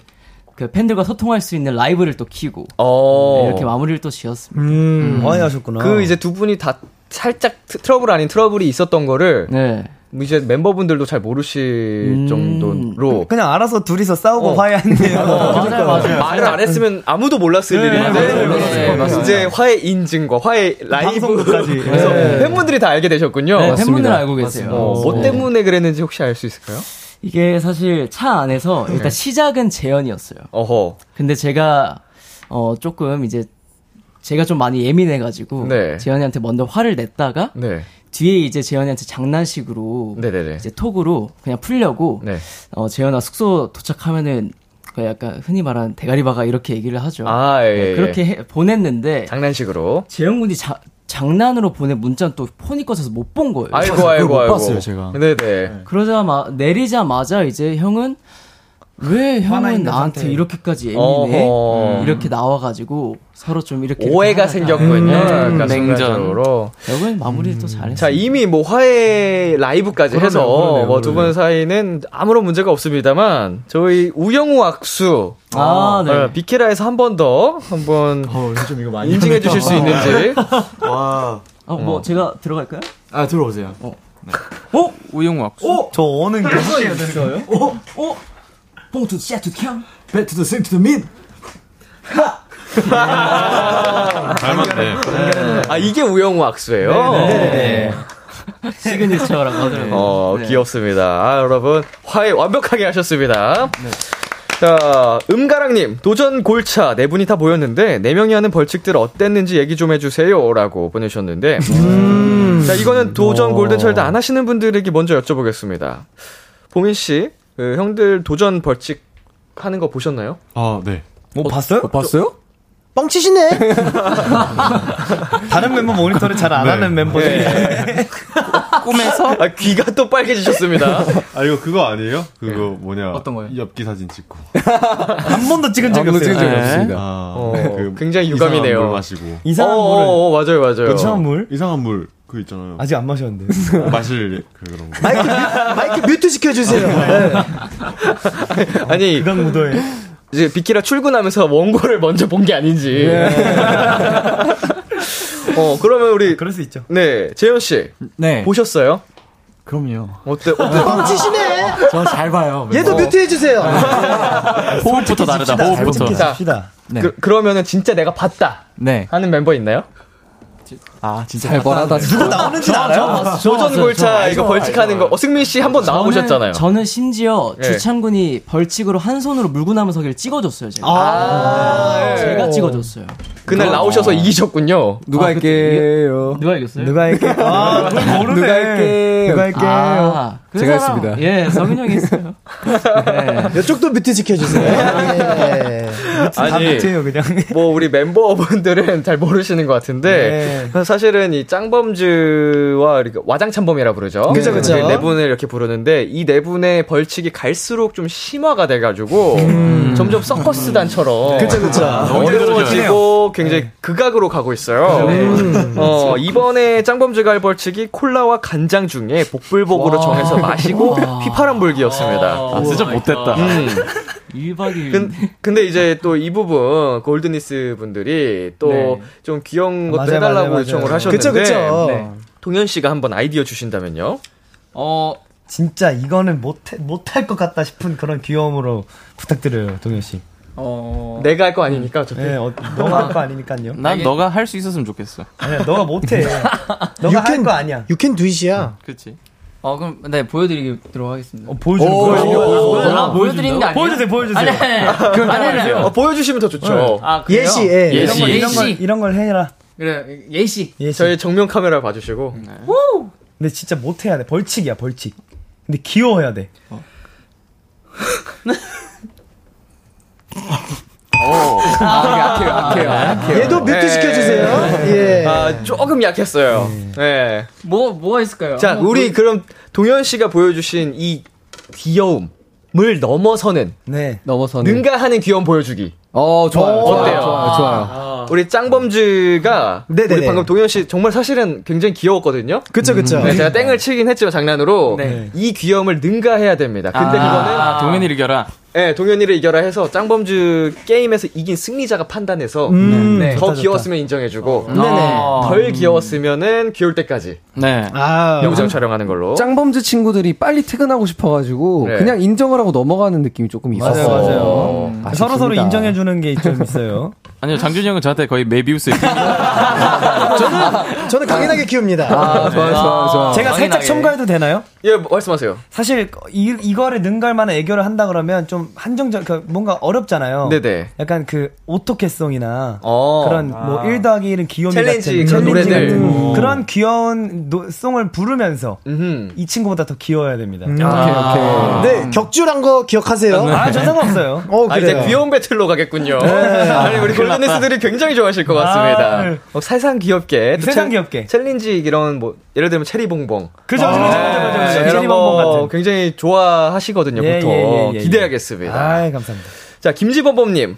[SPEAKER 12] 그 팬들과 소통할 수 있는 라이브를 또 키고
[SPEAKER 2] 어.
[SPEAKER 12] 네, 이렇게 마무리를 또 지었습니다.
[SPEAKER 8] 음, 화해하셨구나.
[SPEAKER 2] 그 이제 두 분이 다 살짝 트- 트러블 아닌 트러블이 있었던 거를
[SPEAKER 12] 네.
[SPEAKER 2] 이제 멤버분들도 잘 모르실
[SPEAKER 12] 음.
[SPEAKER 2] 정도로
[SPEAKER 8] 그냥 알아서 둘이서 싸우고 화해한대요.
[SPEAKER 2] 어,
[SPEAKER 12] 그러니까
[SPEAKER 2] 말을 안 했으면 아무도
[SPEAKER 12] 네,
[SPEAKER 2] 몰랐을 일인데 이제 화해 인증과 화해 라이브까지 그래서
[SPEAKER 12] 그 네.
[SPEAKER 2] 팬분들이 다 알게 되셨군요.
[SPEAKER 12] 네, 팬분들은 알고 계세요. 네.
[SPEAKER 2] 어, 뭐
[SPEAKER 12] 맞습니다.
[SPEAKER 2] 때문에 그랬는지 혹시 알 수 있을까요?
[SPEAKER 12] 이게 사실 차 안에서 일단
[SPEAKER 2] 네.
[SPEAKER 12] 시작은 재현이었어요.
[SPEAKER 2] 어허.
[SPEAKER 12] 근데 제가 어 조금 이제 제가 좀 많이 예민해가지고
[SPEAKER 2] 네.
[SPEAKER 12] 재현이한테 먼저 화를 냈다가
[SPEAKER 2] 네.
[SPEAKER 12] 뒤에 이제 재현이한테 장난식으로 이제 톡으로 그냥 풀려고
[SPEAKER 2] 네.
[SPEAKER 12] 어 재현아 숙소 도착하면은 그 약간 흔히 말하는 대가리바가 이렇게 얘기를 하죠.
[SPEAKER 2] 아, 예,
[SPEAKER 12] 네,
[SPEAKER 2] 예.
[SPEAKER 12] 그렇게 해- 보냈는데
[SPEAKER 2] 장난식으로
[SPEAKER 12] 재현 군이 자- 장난으로 보낸 문자는 또 폰이 꺼져서 못 본 거예요.
[SPEAKER 2] 아이고 아이고 아이고. 네네.
[SPEAKER 12] 그러자마 내리자마자 이제 형은 왜
[SPEAKER 2] 화나
[SPEAKER 12] 형은
[SPEAKER 2] 있는
[SPEAKER 12] 나한테
[SPEAKER 2] 상태.
[SPEAKER 12] 이렇게까지 예민해?
[SPEAKER 2] 어허.
[SPEAKER 12] 음, 이렇게 나와가지고 서로 좀 이렇게 음,
[SPEAKER 2] 오해가 생겼군요. 그러니까 순간적으로.
[SPEAKER 12] 로 결국엔 마무리 또 잘했어.
[SPEAKER 2] 자 이미 뭐 화해 라이브까지
[SPEAKER 12] 그러네요,
[SPEAKER 2] 해서
[SPEAKER 12] 그러네요,
[SPEAKER 2] 뭐 두 분
[SPEAKER 12] 그러네요.
[SPEAKER 2] 사이는 아무런 문제가 없습니다만 저희 우영우 악수
[SPEAKER 12] 아, 네. 어,
[SPEAKER 2] 어, 비키라에서 한 번 더 한번 인증해 주실 수 있는지
[SPEAKER 7] 와.
[SPEAKER 12] 아, 뭐
[SPEAKER 2] 어.
[SPEAKER 12] 제가 들어갈까요?
[SPEAKER 7] 아 들어오세요.
[SPEAKER 12] 어.
[SPEAKER 7] 어? 네. 우영우 악수.
[SPEAKER 8] 저 오는 게
[SPEAKER 7] 무엇이어야 되는 거예요?
[SPEAKER 12] 어? 어? 봉투 씨앗 투 캬.
[SPEAKER 11] Back to the sink to the mid.
[SPEAKER 2] 닮았네. 아 이게 우영우 악수예요.
[SPEAKER 12] 네네네. 시그니처라고 하더라고요.
[SPEAKER 2] 어
[SPEAKER 12] 네.
[SPEAKER 2] 귀엽습니다. 아, 여러분 화해 완벽하게 하셨습니다.
[SPEAKER 12] 네.
[SPEAKER 2] 자 음가랑님 도전 골차 네 분이 다 보였는데 네 명이 하는 벌칙들 어땠는지 얘기 좀 해주세요라고 보내셨는데
[SPEAKER 12] 음.
[SPEAKER 2] 자 이거는 도전 골든
[SPEAKER 12] 어.
[SPEAKER 2] 철드 안 하시는 분들에게 먼저 여쭤보겠습니다. 보민 씨, 그 형들 도전 벌칙 하는 거 보셨나요?
[SPEAKER 6] 아, 네.
[SPEAKER 8] 뭐 봤어요?
[SPEAKER 2] 봤어요?
[SPEAKER 5] 뻥치시네.
[SPEAKER 8] 다른 멤버 모니터를 잘 안
[SPEAKER 6] 네.
[SPEAKER 8] 하는 멤버들이
[SPEAKER 2] 꿈에서 아, 귀가 또 빨개지셨습니다.
[SPEAKER 6] 아 이거 그거 아니에요? 그거 뭐냐? 네. 어떤 거요? 엽기 사진 찍고.
[SPEAKER 8] 한 번도 찍은 적이
[SPEAKER 6] 아무도
[SPEAKER 8] 없어요.
[SPEAKER 6] 찍은 적이
[SPEAKER 8] 네.
[SPEAKER 6] 없습니다.
[SPEAKER 8] 아.
[SPEAKER 6] 어, 그
[SPEAKER 2] 굉장히
[SPEAKER 6] 이상한
[SPEAKER 2] 유감이네요.
[SPEAKER 6] 물 마시고.
[SPEAKER 8] 이상한
[SPEAKER 2] 어,
[SPEAKER 8] 물을.
[SPEAKER 2] 어, 어, 맞아요, 맞아요.
[SPEAKER 8] 이상한 물?
[SPEAKER 6] 이상한 물 그거 있잖아요.
[SPEAKER 8] 아직 안 마셨는데.
[SPEAKER 6] 마실 그 그런 거.
[SPEAKER 5] 마이크 뮤트 시켜주세요.
[SPEAKER 2] 네. 아니
[SPEAKER 8] 극강 무도회.
[SPEAKER 2] 이제 비키라 출근하면서 원고를 먼저 본 게 아닌지. 어 그러면 우리 그럴
[SPEAKER 8] 수 있죠.
[SPEAKER 2] 네 재현 씨.
[SPEAKER 7] 네.
[SPEAKER 2] 보셨어요?
[SPEAKER 7] 그럼요.
[SPEAKER 2] 어때 어때?
[SPEAKER 5] 뻥치시네.
[SPEAKER 7] 저 잘
[SPEAKER 2] 어.
[SPEAKER 7] 봐요.
[SPEAKER 5] 아, 얘도 뮤트 해주세요.
[SPEAKER 7] 호흡부터 다르다. 호흡부터.
[SPEAKER 2] 자, 그, 그러면은 진짜 내가 봤다
[SPEAKER 7] 네.
[SPEAKER 2] 하는 멤버 있나요?
[SPEAKER 7] 아 진짜
[SPEAKER 4] 살벌하다,
[SPEAKER 7] 봤다는데.
[SPEAKER 4] 진짜.
[SPEAKER 7] 저, 저 봤어요. 저 봤어요. 저
[SPEAKER 2] 조전골차 이거
[SPEAKER 7] 알죠,
[SPEAKER 2] 벌칙하는
[SPEAKER 7] 알죠.
[SPEAKER 2] 거. 어, 승민 씨 한 번 나와보셨잖아요.
[SPEAKER 12] 저는, 저는 심지어
[SPEAKER 2] 네.
[SPEAKER 12] 주창군이 벌칙으로 한 손으로 물고 나무서기를 찍어줬어요. 제가. 네.
[SPEAKER 2] 아. 예.
[SPEAKER 12] 제가 찍어줬어요.
[SPEAKER 2] 그날 나오셔서 이기셨군요.
[SPEAKER 12] 누가 아,
[SPEAKER 4] 할게요?
[SPEAKER 12] 누가 이겼어요?
[SPEAKER 8] 누가 할게요? 아, 그걸 모르네.
[SPEAKER 4] 누가 할게요?
[SPEAKER 8] 누가 할게요?
[SPEAKER 12] 아, 그
[SPEAKER 4] 제가
[SPEAKER 12] 사람.
[SPEAKER 4] 했습니다.
[SPEAKER 12] 예, 성윤 형이 했어요.
[SPEAKER 5] 네, 이쪽도 뮤트 지켜주세요. 예.
[SPEAKER 8] 다 뮤트예요, 그냥.
[SPEAKER 2] 뭐 우리 멤버분들은 잘 모르시는 것 같은데 사실은 이 짱범즈와 이렇게 와장참범이라 부르죠.
[SPEAKER 5] 그죠, 그죠.
[SPEAKER 2] 네, 네 분을 이렇게 부르는데 이 네 분의 벌칙이 갈수록 좀 심화가 돼가지고 점점 서커스단처럼 어,
[SPEAKER 5] 그죠, 그죠. 너무
[SPEAKER 2] 어지러워지고 굉장히 극악으로 가고 있어요.
[SPEAKER 5] 네. 음.
[SPEAKER 2] 어, 이번에 짱범즈가 할 벌칙이 콜라와 간장 중에 복불복으로
[SPEAKER 12] 와.
[SPEAKER 2] 정해서 마시고
[SPEAKER 12] 와.
[SPEAKER 2] 휘파람 불기였습니다.
[SPEAKER 12] 아, 진짜 못됐다.
[SPEAKER 2] 음.
[SPEAKER 12] 1박 2일.
[SPEAKER 2] 근, 근데 이제 또 이 부분 골드니스 분들이 또
[SPEAKER 12] 네.
[SPEAKER 2] 좀 귀여운 것도
[SPEAKER 12] 맞아요,
[SPEAKER 2] 해달라고
[SPEAKER 12] 맞아요, 맞아요.
[SPEAKER 2] 요청을
[SPEAKER 8] 그쵸,
[SPEAKER 2] 하셨는데
[SPEAKER 8] 그쵸. 어.
[SPEAKER 2] 네. 동현 씨가 한번 아이디어 주신다면요?
[SPEAKER 10] 어
[SPEAKER 8] 진짜 이거는 못해 못할 것 같다 싶은 그런 귀여움으로 부탁드려요 동현 씨.
[SPEAKER 10] 어.
[SPEAKER 2] 내가 할 거 아니니까 어차피.
[SPEAKER 8] 네, 어, 너가 할 거 아니니까요.
[SPEAKER 10] 난 너가 할 수 있었으면 좋겠어.
[SPEAKER 8] 아니야, 너가 못해. 너가 할 거 아니야.
[SPEAKER 5] 유캔 두이시야.
[SPEAKER 10] 그렇지.
[SPEAKER 12] 어 그럼 네 보여드리도록 하겠습니다.
[SPEAKER 8] 어, 보여주는
[SPEAKER 12] 오,
[SPEAKER 8] 거예요?
[SPEAKER 12] 이거
[SPEAKER 8] 오,
[SPEAKER 12] 어, 보여드리는
[SPEAKER 8] 아,
[SPEAKER 12] 거 보여드리는 거 아니에요?
[SPEAKER 8] 보여주세요,
[SPEAKER 12] 아니,
[SPEAKER 8] 보여주세요.
[SPEAKER 12] 아니, 아니. 아니, 아니,
[SPEAKER 8] 그럼
[SPEAKER 12] 아니.
[SPEAKER 8] 보여주세요.
[SPEAKER 2] 어, 보여주시면 더 좋죠.
[SPEAKER 12] 아, 그래요?
[SPEAKER 8] 예시, 예.
[SPEAKER 2] 예시.
[SPEAKER 8] 이런 걸, 이런 걸
[SPEAKER 12] 예시.
[SPEAKER 8] 이런 걸 해라.
[SPEAKER 12] 그래 예시.
[SPEAKER 2] 저희 정면 카메라 봐주시고.
[SPEAKER 8] 근데 진짜 못해야 돼. 벌칙이야, 벌칙. 근데 귀여워야 돼.
[SPEAKER 2] 약해요,
[SPEAKER 4] 네.
[SPEAKER 2] 약해요, 약해요.
[SPEAKER 5] 얘도 뮤트
[SPEAKER 2] 네.
[SPEAKER 5] 시켜주세요. 예.
[SPEAKER 2] 아, 조금 약했어요. 네.
[SPEAKER 12] 뭐 뭐가 있을까요?
[SPEAKER 2] 자,
[SPEAKER 12] 한번
[SPEAKER 2] 우리
[SPEAKER 12] 보여-
[SPEAKER 2] 그럼 동현 씨가 보여주신 이 귀여움을 넘어서는
[SPEAKER 8] 네.
[SPEAKER 4] 넘어서는
[SPEAKER 2] 능가하는 귀여움 보여주기.
[SPEAKER 4] 어, 좋아요.
[SPEAKER 2] 어,
[SPEAKER 4] 좋아요.
[SPEAKER 2] 어때요?
[SPEAKER 4] 좋아요. 좋아요.
[SPEAKER 2] 우리 짱범즈가
[SPEAKER 4] 네네네.
[SPEAKER 2] 우리 방금 동현 씨 정말 사실은 굉장히 귀여웠거든요.
[SPEAKER 5] 그쵸, 그쵸.
[SPEAKER 2] 네, 제가 땡을 치긴 했지만 장난으로
[SPEAKER 10] 네.
[SPEAKER 2] 이 귀여움을 능가해야 됩니다. 근데 그거는
[SPEAKER 10] 아, 동현이를 이겨라.
[SPEAKER 2] 네, 동현이를 이겨라 해서 짱범즈 게임에서 이긴 승리자가 판단해서
[SPEAKER 10] 음,
[SPEAKER 2] 네, 더
[SPEAKER 10] 좋다, 좋다.
[SPEAKER 2] 귀여웠으면
[SPEAKER 8] 음.
[SPEAKER 2] 인정해주고 어,
[SPEAKER 10] 네네.
[SPEAKER 2] 덜 귀여웠으면은 귀여울 때까지
[SPEAKER 10] 네.
[SPEAKER 5] 아,
[SPEAKER 2] 영상 촬영하는 걸로.
[SPEAKER 4] 짱범즈 친구들이 빨리 퇴근하고 싶어가지고
[SPEAKER 2] 네.
[SPEAKER 4] 그냥 인정을 하고 넘어가는 느낌이 조금 있었어요.
[SPEAKER 8] 서로 서로 인정해 주는 게 좀 있어요.
[SPEAKER 10] 아니요, 장준이 형은 저한테 거의 메비우스.
[SPEAKER 5] 어,
[SPEAKER 2] 아.
[SPEAKER 5] 저는 저는 강인하게 키웁니다.
[SPEAKER 10] 아, 좋아요, 좋아요, 좋아요.
[SPEAKER 8] 제가 살짝
[SPEAKER 10] 강인하게.
[SPEAKER 8] 첨가해도 되나요?
[SPEAKER 2] 예, 말씀하세요.
[SPEAKER 8] 사실 이, 이거를 능갈 만한 애교를 한다 그러면 좀 한정적 그 뭔가 어렵잖아요.
[SPEAKER 2] 네네.
[SPEAKER 8] 약간 그 오토캐송이나
[SPEAKER 2] 어.
[SPEAKER 8] 그런
[SPEAKER 2] 아.
[SPEAKER 8] 뭐1 더하기 1은 귀요미
[SPEAKER 2] 챌린지,
[SPEAKER 8] 같은
[SPEAKER 2] 그런
[SPEAKER 8] 챌린지
[SPEAKER 2] 노래들. 음.
[SPEAKER 8] 같은
[SPEAKER 2] 오.
[SPEAKER 8] 그런 귀여운 노, 송을 부르면서 이 친구보다 더 귀여워야 됩니다.
[SPEAKER 2] 음.
[SPEAKER 5] 아. 네, 격주란 거 기억하세요.
[SPEAKER 10] 네.
[SPEAKER 8] 아, 저 상관없어요. 네.
[SPEAKER 5] 어,
[SPEAKER 2] 아,
[SPEAKER 5] 그래요.
[SPEAKER 2] 이제 귀여운 배틀로 가겠군요. 아니, 우리
[SPEAKER 5] 큰일
[SPEAKER 2] 골든에스들이 굉장히 좋아하실 것
[SPEAKER 8] 아.
[SPEAKER 2] 같습니다. 어, 세상 귀엽게. 또
[SPEAKER 8] 세상
[SPEAKER 2] 챌-
[SPEAKER 8] 귀엽게.
[SPEAKER 2] 챌린지 이런, 뭐, 예를 들면 체리봉봉. 네,
[SPEAKER 8] 그죠, 그죠, 그죠, 그죠, 그죠.
[SPEAKER 2] 이런
[SPEAKER 8] 체리봉봉
[SPEAKER 2] 거
[SPEAKER 8] 같은.
[SPEAKER 2] 굉장히 좋아하시거든요,
[SPEAKER 8] 예,
[SPEAKER 2] 보통.
[SPEAKER 8] 예, 예, 예, 예.
[SPEAKER 2] 기대하겠습니다.
[SPEAKER 8] 아, 감사합니다.
[SPEAKER 2] 자, 김지범범님.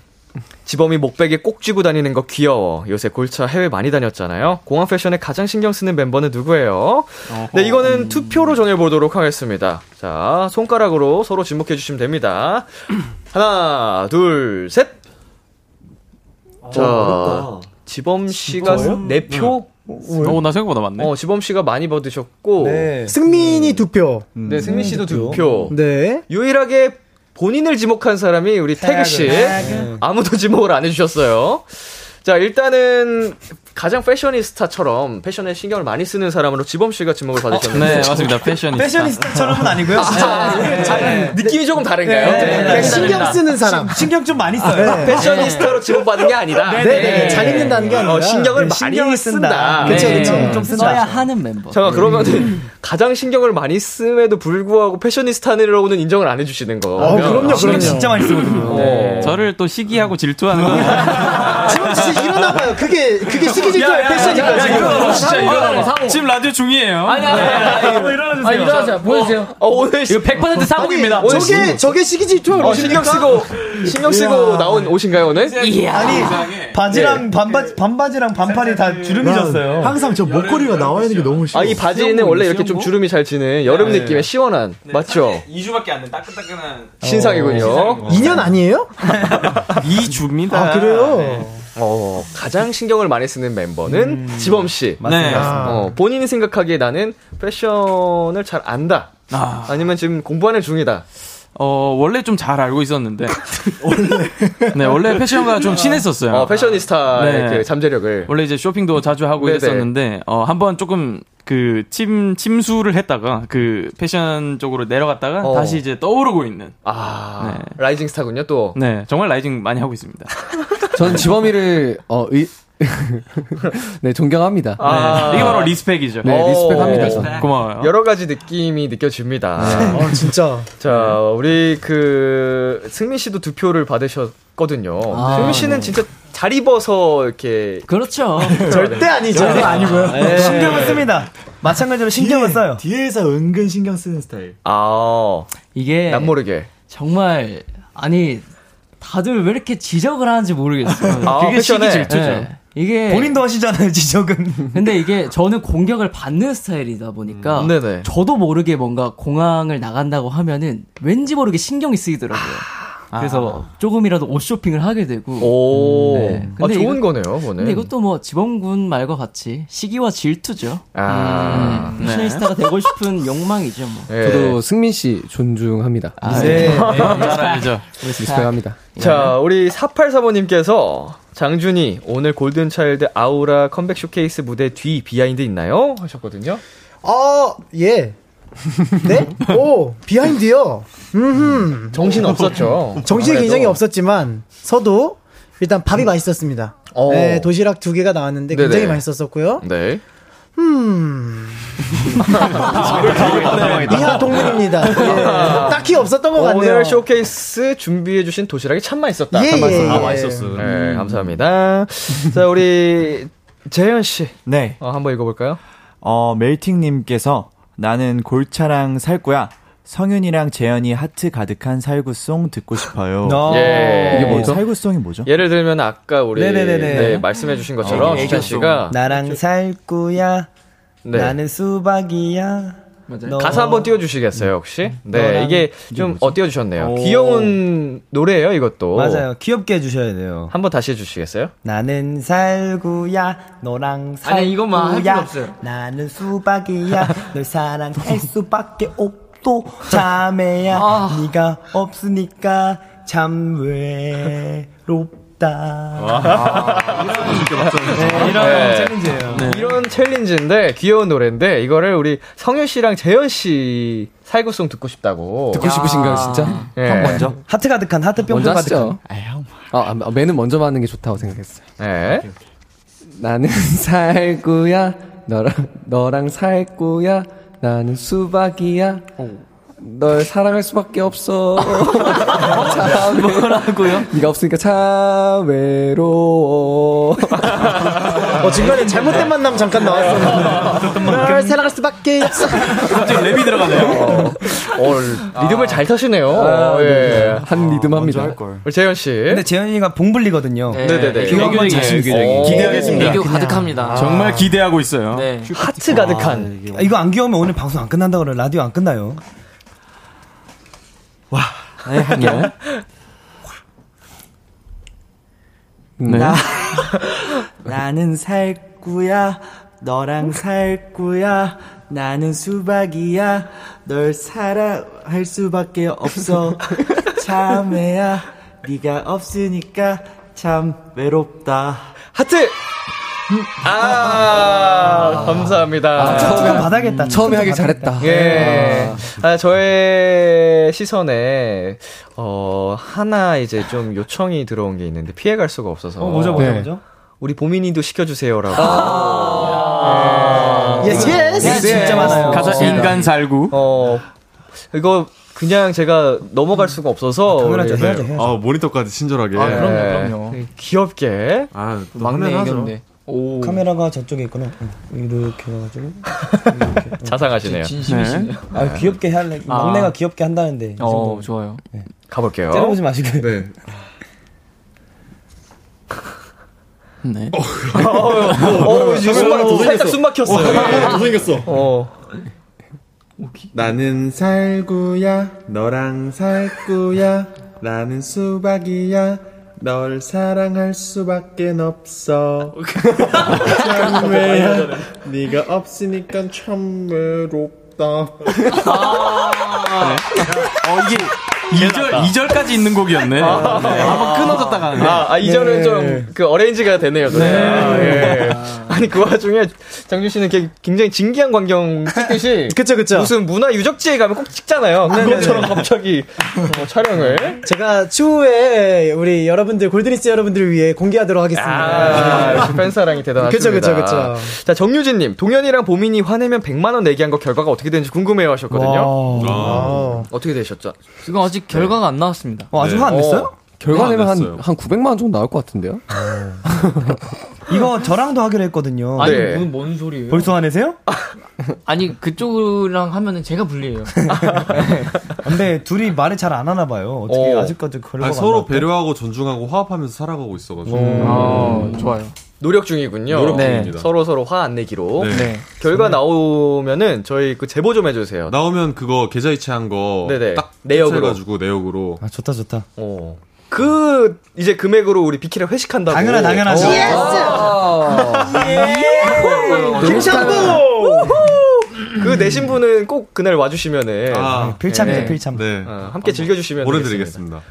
[SPEAKER 2] 지범이 목베개 꼭 쥐고 다니는 거 귀여워. 요새 골차 해외 많이 다녔잖아요. 공항 패션에 가장 신경 쓰는 멤버는 누구예요?
[SPEAKER 5] 어.
[SPEAKER 2] 네, 이거는 투표로 정해보도록 하겠습니다. 자, 손가락으로 서로 지목해주시면 됩니다. 하나, 둘, 셋! 자, 지범씨가
[SPEAKER 10] 어, 진짜요?
[SPEAKER 2] 네표
[SPEAKER 10] 어, 나 생각보다 많네.
[SPEAKER 2] 어, 지범씨가 많이 받으셨고,
[SPEAKER 5] 네. 승민이 두 표.
[SPEAKER 2] 네, 승민 씨도 두
[SPEAKER 5] 두
[SPEAKER 2] 표.
[SPEAKER 5] 네.
[SPEAKER 2] 유일하게 본인을 지목한 사람이 우리 태그 씨. 음,
[SPEAKER 5] 태그.
[SPEAKER 2] 아무도 지목을 안 해주셨어요. 자, 일단은 가장 패셔니스타처럼 패션에 신경을 많이 쓰는 사람으로 지범 씨가 지목을 받으셨는데.
[SPEAKER 10] 네, 맞습니다. 패셔니스타.
[SPEAKER 8] 패셔니스타처럼은 아니고요.
[SPEAKER 2] 아, 네. 느낌이 조금 다른가요?
[SPEAKER 8] 네, 네, 네.
[SPEAKER 5] 신경 쓰는 사람.
[SPEAKER 8] 신- 신경 좀 많이 써요.
[SPEAKER 2] 패셔니스타로 지목받은 게 아니다.
[SPEAKER 8] 네, 네, 네. 잘 입는다는
[SPEAKER 5] 게 아니라.
[SPEAKER 2] 어, 신경을
[SPEAKER 5] 네,
[SPEAKER 2] 많이
[SPEAKER 5] 신경을
[SPEAKER 2] 쓴다.
[SPEAKER 5] 쓴다.
[SPEAKER 2] 네.
[SPEAKER 5] 그쵸, 그쵸.
[SPEAKER 12] 좀 써야 하는 멤버.
[SPEAKER 2] 잠깐 그러면은 가장 신경을 많이 씀에도 불구하고 패셔니스타라고는 인정을 안 해주시는 거.
[SPEAKER 5] 어, 그럼요, 그럼요.
[SPEAKER 8] 많이 쓰거든요.
[SPEAKER 10] 네. 저를 또 시기하고 질투하는 거.
[SPEAKER 5] 지금 진짜 일어나봐요. 그게, 그게 시기 질투의 패션이니까 지금. 어,
[SPEAKER 10] 사고. 지금 라디오 중이에요. 아니, 아니,
[SPEAKER 12] 아 일어나자 보여주세요.
[SPEAKER 2] 어, 오늘 이거
[SPEAKER 10] 100% 사고입니다.
[SPEAKER 8] 어,
[SPEAKER 2] 오늘
[SPEAKER 5] 저게, 저게 시기 질투야.
[SPEAKER 2] 어, 신경 쓰고 신경 쓰고 나온 옷인가요 오늘?
[SPEAKER 8] 아니
[SPEAKER 2] 네.
[SPEAKER 8] 바지랑 반바 반바지랑 반팔이 다 주름이 졌어요.
[SPEAKER 14] 항상 저 목걸이가 나와 있는 게 너무 싫어.
[SPEAKER 2] 아 이 바지는 원래 이렇게 좀 주름이 잘 지는 여름
[SPEAKER 5] 네.
[SPEAKER 2] 느낌의 시원한
[SPEAKER 10] 네. 아,
[SPEAKER 2] 맞죠?
[SPEAKER 10] 2주밖에 안 된 따끈따끈한.
[SPEAKER 2] 신상이군요.
[SPEAKER 5] 2년 아니에요?
[SPEAKER 10] 어, 2주입니다. 네.
[SPEAKER 5] 아, 그래요?
[SPEAKER 2] 어 가장 신경을 많이 쓰는 멤버는 지범
[SPEAKER 10] 음,
[SPEAKER 2] 씨.
[SPEAKER 10] 맞습니다. 네.
[SPEAKER 2] 어, 본인이 생각하기에 나는 패션을 잘 안다.
[SPEAKER 10] 아.
[SPEAKER 2] 아니면 지금 공부하는 중이다.
[SPEAKER 10] 어, 원래 좀 잘 알고 있었는데. 원래? 네, 원래 패션과 좀 친했었어요. 네.
[SPEAKER 2] 어, 패셔니스타의 그 잠재력을.
[SPEAKER 10] 원래 이제 쇼핑도 자주 하고
[SPEAKER 2] 네네.
[SPEAKER 10] 이랬었는데, 어, 한번 조금 그 침, 침수를 했다가, 그 패션 쪽으로 내려갔다가,
[SPEAKER 2] 어.
[SPEAKER 10] 다시 이제 떠오르고 있는.
[SPEAKER 2] 아, 라이징 스타군요, 또.
[SPEAKER 10] 네, 정말 라이징 많이 하고 있습니다.
[SPEAKER 4] 저는 지범이를 어 의... 네 존경합니다.
[SPEAKER 10] 네. 이게 바로 리스펙이죠.
[SPEAKER 4] 네, 리스펙합니다. 저는.
[SPEAKER 10] 고마워요.
[SPEAKER 2] 여러 가지 느낌이 느껴집니다.
[SPEAKER 5] 아, 진짜.
[SPEAKER 2] 자, 우리 그 승민 씨도 두 표를 받으셨거든요.
[SPEAKER 5] 아,
[SPEAKER 2] 승민 씨는 진짜 잘 입어서 이렇게
[SPEAKER 12] 그렇죠.
[SPEAKER 2] 네.
[SPEAKER 5] 절대 아니죠.
[SPEAKER 2] 절대 아니고요. 네.
[SPEAKER 8] 신경을 씁니다. 마찬가지로 신경을 써요.
[SPEAKER 12] 뒤에서 은근 신경 쓰는 스타일.
[SPEAKER 2] 아.
[SPEAKER 12] 이게
[SPEAKER 2] 남 모르게.
[SPEAKER 12] 정말 아니 다들 왜 이렇게 지적을 하는지 모르겠어요.
[SPEAKER 8] 아,
[SPEAKER 12] 그게
[SPEAKER 8] 패션에?
[SPEAKER 12] 시기 질투죠.
[SPEAKER 8] 네.
[SPEAKER 12] 이게
[SPEAKER 8] 본인도 하시잖아요, 지적은.
[SPEAKER 12] 근데 이게 저는 공격을 받는 스타일이다 보니까
[SPEAKER 8] 음,
[SPEAKER 12] 저도 모르게 뭔가 공항을 나간다고 하면은 왠지 모르게 신경이 쓰이더라고요.
[SPEAKER 8] 아.
[SPEAKER 12] 그래서 조금이라도 옷 쇼핑을 하게 되고. 음,
[SPEAKER 2] 오. 아, 좋은 거네요, 그거는.
[SPEAKER 12] 근데 이것도 뭐 지범군 말과 같이 시기와 질투죠.
[SPEAKER 2] 아.
[SPEAKER 12] 음, 패셔니스타가 되고 싶은 욕망이죠, 뭐.
[SPEAKER 4] 저도 아, 승민 씨 존중합니다.
[SPEAKER 2] 네.
[SPEAKER 4] 리스펙. 리스펙합니다.
[SPEAKER 2] 자, 우리 4835님께서 장준이 오늘 골든차일드 아우라 컴백 쇼케이스 무대 뒤 비하인드 있나요? 하셨거든요.
[SPEAKER 5] 어, 예. 네? 오, 비하인드요. 음.
[SPEAKER 2] 정신 없었죠.
[SPEAKER 5] 정신이
[SPEAKER 2] 아무래도.
[SPEAKER 5] 굉장히 없었지만, 서도 일단 밥이 맛있었습니다.
[SPEAKER 2] 어.
[SPEAKER 5] 네, 도시락 두 개가 나왔는데 굉장히
[SPEAKER 2] 네네.
[SPEAKER 5] 맛있었었고요.
[SPEAKER 2] 네.
[SPEAKER 5] 음. 이하 동문입니다. 예.
[SPEAKER 2] 아.
[SPEAKER 5] 딱히 없었던 것 같네요.
[SPEAKER 2] 오늘 쇼케이스 준비해주신 도시락이 참 맛있었다.
[SPEAKER 5] 예,
[SPEAKER 2] 참
[SPEAKER 5] 예,
[SPEAKER 2] 맛있었다.
[SPEAKER 5] 예. 아, 맛있었어.
[SPEAKER 2] 네, 감사합니다. 자, 우리 재현 씨.
[SPEAKER 7] 네.
[SPEAKER 2] 한번 읽어볼까요?
[SPEAKER 7] 어, 멜팅님께서 나는 골차랑 살 거야. 성윤이랑 재현이 하트 가득한 살구송 듣고 싶어요.
[SPEAKER 2] 예.
[SPEAKER 7] 이게 뭐죠? 살구송이 뭐죠?
[SPEAKER 2] 예를 들면 아까 우리
[SPEAKER 7] 네네네네.
[SPEAKER 2] 네, 말씀해주신 것처럼
[SPEAKER 7] 어,
[SPEAKER 2] 주찬 씨가
[SPEAKER 8] 예, 나랑
[SPEAKER 12] 그렇죠.
[SPEAKER 8] 살구야.
[SPEAKER 2] 네.
[SPEAKER 8] 나는 수박이야. 맞아요.
[SPEAKER 2] 가사 한번 띄워주시겠어요 혹시? 네
[SPEAKER 8] 너랑-
[SPEAKER 2] 이게 좀 어, 띄워주셨네요.
[SPEAKER 8] 오.
[SPEAKER 2] 귀여운 노래예요 이것도.
[SPEAKER 8] 맞아요. 귀엽게 해주셔야 돼요.
[SPEAKER 2] 한번 다시 해주시겠어요?
[SPEAKER 8] 나는 살구야, 너랑 살구야.
[SPEAKER 12] 아니, 이것만 할 필요 없어요.
[SPEAKER 8] 나는 수박이야, 널 사랑할 수밖에 없도 자매야.
[SPEAKER 12] 아.
[SPEAKER 8] 네가 없으니까 참 외롭다.
[SPEAKER 3] 아,
[SPEAKER 2] 챌린지예요. 네.
[SPEAKER 3] 네.
[SPEAKER 2] 이런 챌린지인데 귀여운 노래인데 이거를 우리 성윤 씨랑 재현 씨 살구송 듣고 싶다고.
[SPEAKER 4] 듣고 싶으신가요, 진짜?
[SPEAKER 2] 예.
[SPEAKER 4] 형 먼저?
[SPEAKER 8] 하트 가득한 뭐. 하트 뿅뿅
[SPEAKER 4] 먼저 하시죠.
[SPEAKER 8] 가득한.
[SPEAKER 4] 아, 아, 맨은 먼저 받는 게 좋다고 생각했어요.
[SPEAKER 2] 네.
[SPEAKER 4] 나는 살구야, 너랑, 너랑 살구야, 나는 수박이야, 널 사랑할 수밖에 없어. 참, 뭐라고요? 네가 없으니까 참 외로워.
[SPEAKER 5] 어, 중간에 잘못된 만남 잠깐 나왔었는데.
[SPEAKER 2] 음.
[SPEAKER 5] 널 사랑할 예. 수밖에 없어.
[SPEAKER 2] 갑자기 랩이 들어가네요. 어, 리듬을 잘 타시네요. 어, 예.
[SPEAKER 4] 한 리듬 합니다.
[SPEAKER 2] 우리 재현 씨.
[SPEAKER 8] 근데 재현이가 봉블리거든요.
[SPEAKER 2] 네. 네네네.
[SPEAKER 8] 교육은
[SPEAKER 2] 애교쟁이,
[SPEAKER 8] 자신
[SPEAKER 2] 애교쟁이.
[SPEAKER 8] 교육이. 네.
[SPEAKER 2] 오.
[SPEAKER 10] 기대하겠습니다.
[SPEAKER 8] 그냥.
[SPEAKER 10] 네. 정말 기대하고 뭐. 있어요.
[SPEAKER 2] 하트 가득한.
[SPEAKER 8] 아, 이거 안 귀여우면 오늘 방송 안 끝난다 그래. 라디오 안 끝나요. 와. 네, 할게요.
[SPEAKER 2] 네.
[SPEAKER 7] 나, 나는 살구야. 너랑 살구야. 나는 수박이야. 널 사랑할 수밖에 없어. 참외야. 네가 없으니까 참 외롭다. 음.
[SPEAKER 2] 하트! 아, 감사합니다.
[SPEAKER 8] 받아야겠다.
[SPEAKER 4] 처음에 하길 잘했다.
[SPEAKER 2] 예. 아, 저의 시선에, 어, 하나 이제 좀 요청이 들어온 게 있는데 피해갈 수가 없어서.
[SPEAKER 8] 어, 뭐죠,
[SPEAKER 6] 네.
[SPEAKER 8] 뭐죠, 뭐죠?
[SPEAKER 2] 우리 보민이도 시켜주세요라고.
[SPEAKER 6] 아.
[SPEAKER 8] 예스, 예스.
[SPEAKER 2] 예스,
[SPEAKER 8] 진짜
[SPEAKER 2] 예스.
[SPEAKER 8] 많아요. 가사
[SPEAKER 2] 맞습니다.
[SPEAKER 8] 인간
[SPEAKER 10] 살구.
[SPEAKER 2] 어, 이거 그냥 제가 넘어갈 수가 없어서. 예.
[SPEAKER 6] 당연하죠,
[SPEAKER 2] 우리-
[SPEAKER 6] 해야죠, 아, 해야죠. 아, 모니터까지 친절하게.
[SPEAKER 2] 예. 귀엽게.
[SPEAKER 6] 아, 또
[SPEAKER 2] 막내
[SPEAKER 6] 화면 하죠.
[SPEAKER 2] 애교인데. 오.
[SPEAKER 8] 카메라가 저쪽에 있구나. 응. 이렇게 해가지고.
[SPEAKER 2] 자상하시네요.
[SPEAKER 8] 아, 귀엽게 할래.
[SPEAKER 2] 아.
[SPEAKER 8] 막내가 귀엽게 한다는데. 어,
[SPEAKER 10] 좋아요.
[SPEAKER 2] 가볼게요.
[SPEAKER 8] 때려보지 마시고요.
[SPEAKER 2] 네.
[SPEAKER 10] 네.
[SPEAKER 2] 어, 이제 숨 막- 살짝 숨 막혔어요.
[SPEAKER 6] 네, 생겼어.
[SPEAKER 2] 어.
[SPEAKER 6] 나는 살구야, 너랑 살구야, 나는 수박이야, 널 사랑할 수밖에 없어. 참 외야, 네가 없으니까 참 외롭다.
[SPEAKER 10] 어, 이게 2절, 2절까지 있는 곡이었네.
[SPEAKER 2] 아,
[SPEAKER 10] 네. 한번 끊어졌다가. 네.
[SPEAKER 2] 아, 아 2절은 좀 그 어레인지가 되네요. 저는.
[SPEAKER 10] 네.
[SPEAKER 2] 아, 예. 아니 그 와중에 장준 씨는 이렇게 굉장히 진기한 광경 찍듯이
[SPEAKER 5] 그쵸 그쵸
[SPEAKER 2] 무슨 문화 유적지에 가면 꼭
[SPEAKER 8] 네,
[SPEAKER 2] 찍잖아요. 그것처럼 갑자기 어, 촬영을
[SPEAKER 5] 제가 추후에 우리 여러분들 골드리스 여러분들을 위해 공개하도록 하겠습니다.
[SPEAKER 2] 아, 역시 팬사랑이 대단하십니다.
[SPEAKER 5] 그쵸 그쵸 그쵸.
[SPEAKER 2] 자, 정유진님, 동현이랑 보민이 화내면 100만원 내기한 거 결과가 어떻게 되는지 궁금해요 하셨거든요.
[SPEAKER 10] 와우.
[SPEAKER 2] 와. 어떻게 되셨죠?
[SPEAKER 12] 그건
[SPEAKER 8] 네.
[SPEAKER 12] 아직 결과가 안 나왔습니다.
[SPEAKER 8] 어,
[SPEAKER 4] 네.
[SPEAKER 5] 어, 네,
[SPEAKER 4] 결과 내면 한,
[SPEAKER 12] 냈어요.
[SPEAKER 4] 한 900만 원 정도 나올 것 같은데요?
[SPEAKER 8] 네. 이거 저랑도 하기로 했거든요.
[SPEAKER 12] 아니, 무슨 뭔 소리예요?
[SPEAKER 8] 어. 벌써 화내세요?
[SPEAKER 12] 아니, 그쪽이랑 하면은 제가 불리해요.
[SPEAKER 8] 아, 근데 둘이 말을 잘 안 하나 봐요. 어떻게 아직까지 걸려
[SPEAKER 6] 아니, 서로 배려하고 존중하고 화합하면서 살아가고 있어가지고.
[SPEAKER 2] 음. 노력 중이군요. 네.
[SPEAKER 6] 노력 중입니다.
[SPEAKER 2] 서로 서로 화 안 내기로.
[SPEAKER 6] 네. 네.
[SPEAKER 2] 결과 나오면은 저희 그 제보 좀 해주세요.
[SPEAKER 6] 나오면 그거 계좌 이체한 거
[SPEAKER 2] 네네.
[SPEAKER 6] 딱
[SPEAKER 2] 내역으로.
[SPEAKER 6] 해가지고 내역으로.
[SPEAKER 8] 아 좋다 좋다.
[SPEAKER 2] 어. 그 이제 금액으로 우리 비키라 회식한다고. 어. 아.
[SPEAKER 8] 당연하- 당연하죠.
[SPEAKER 2] 오.
[SPEAKER 8] 예스!
[SPEAKER 2] 예!
[SPEAKER 8] 김창모!
[SPEAKER 2] 우후! 그 내신 분은 꼭 그날 와주시면은
[SPEAKER 6] 아,
[SPEAKER 8] 음, 어, 필참이죠, 필참.
[SPEAKER 6] 네.
[SPEAKER 2] 어, 함께 즐겨주시면
[SPEAKER 6] 보내드리겠습니다.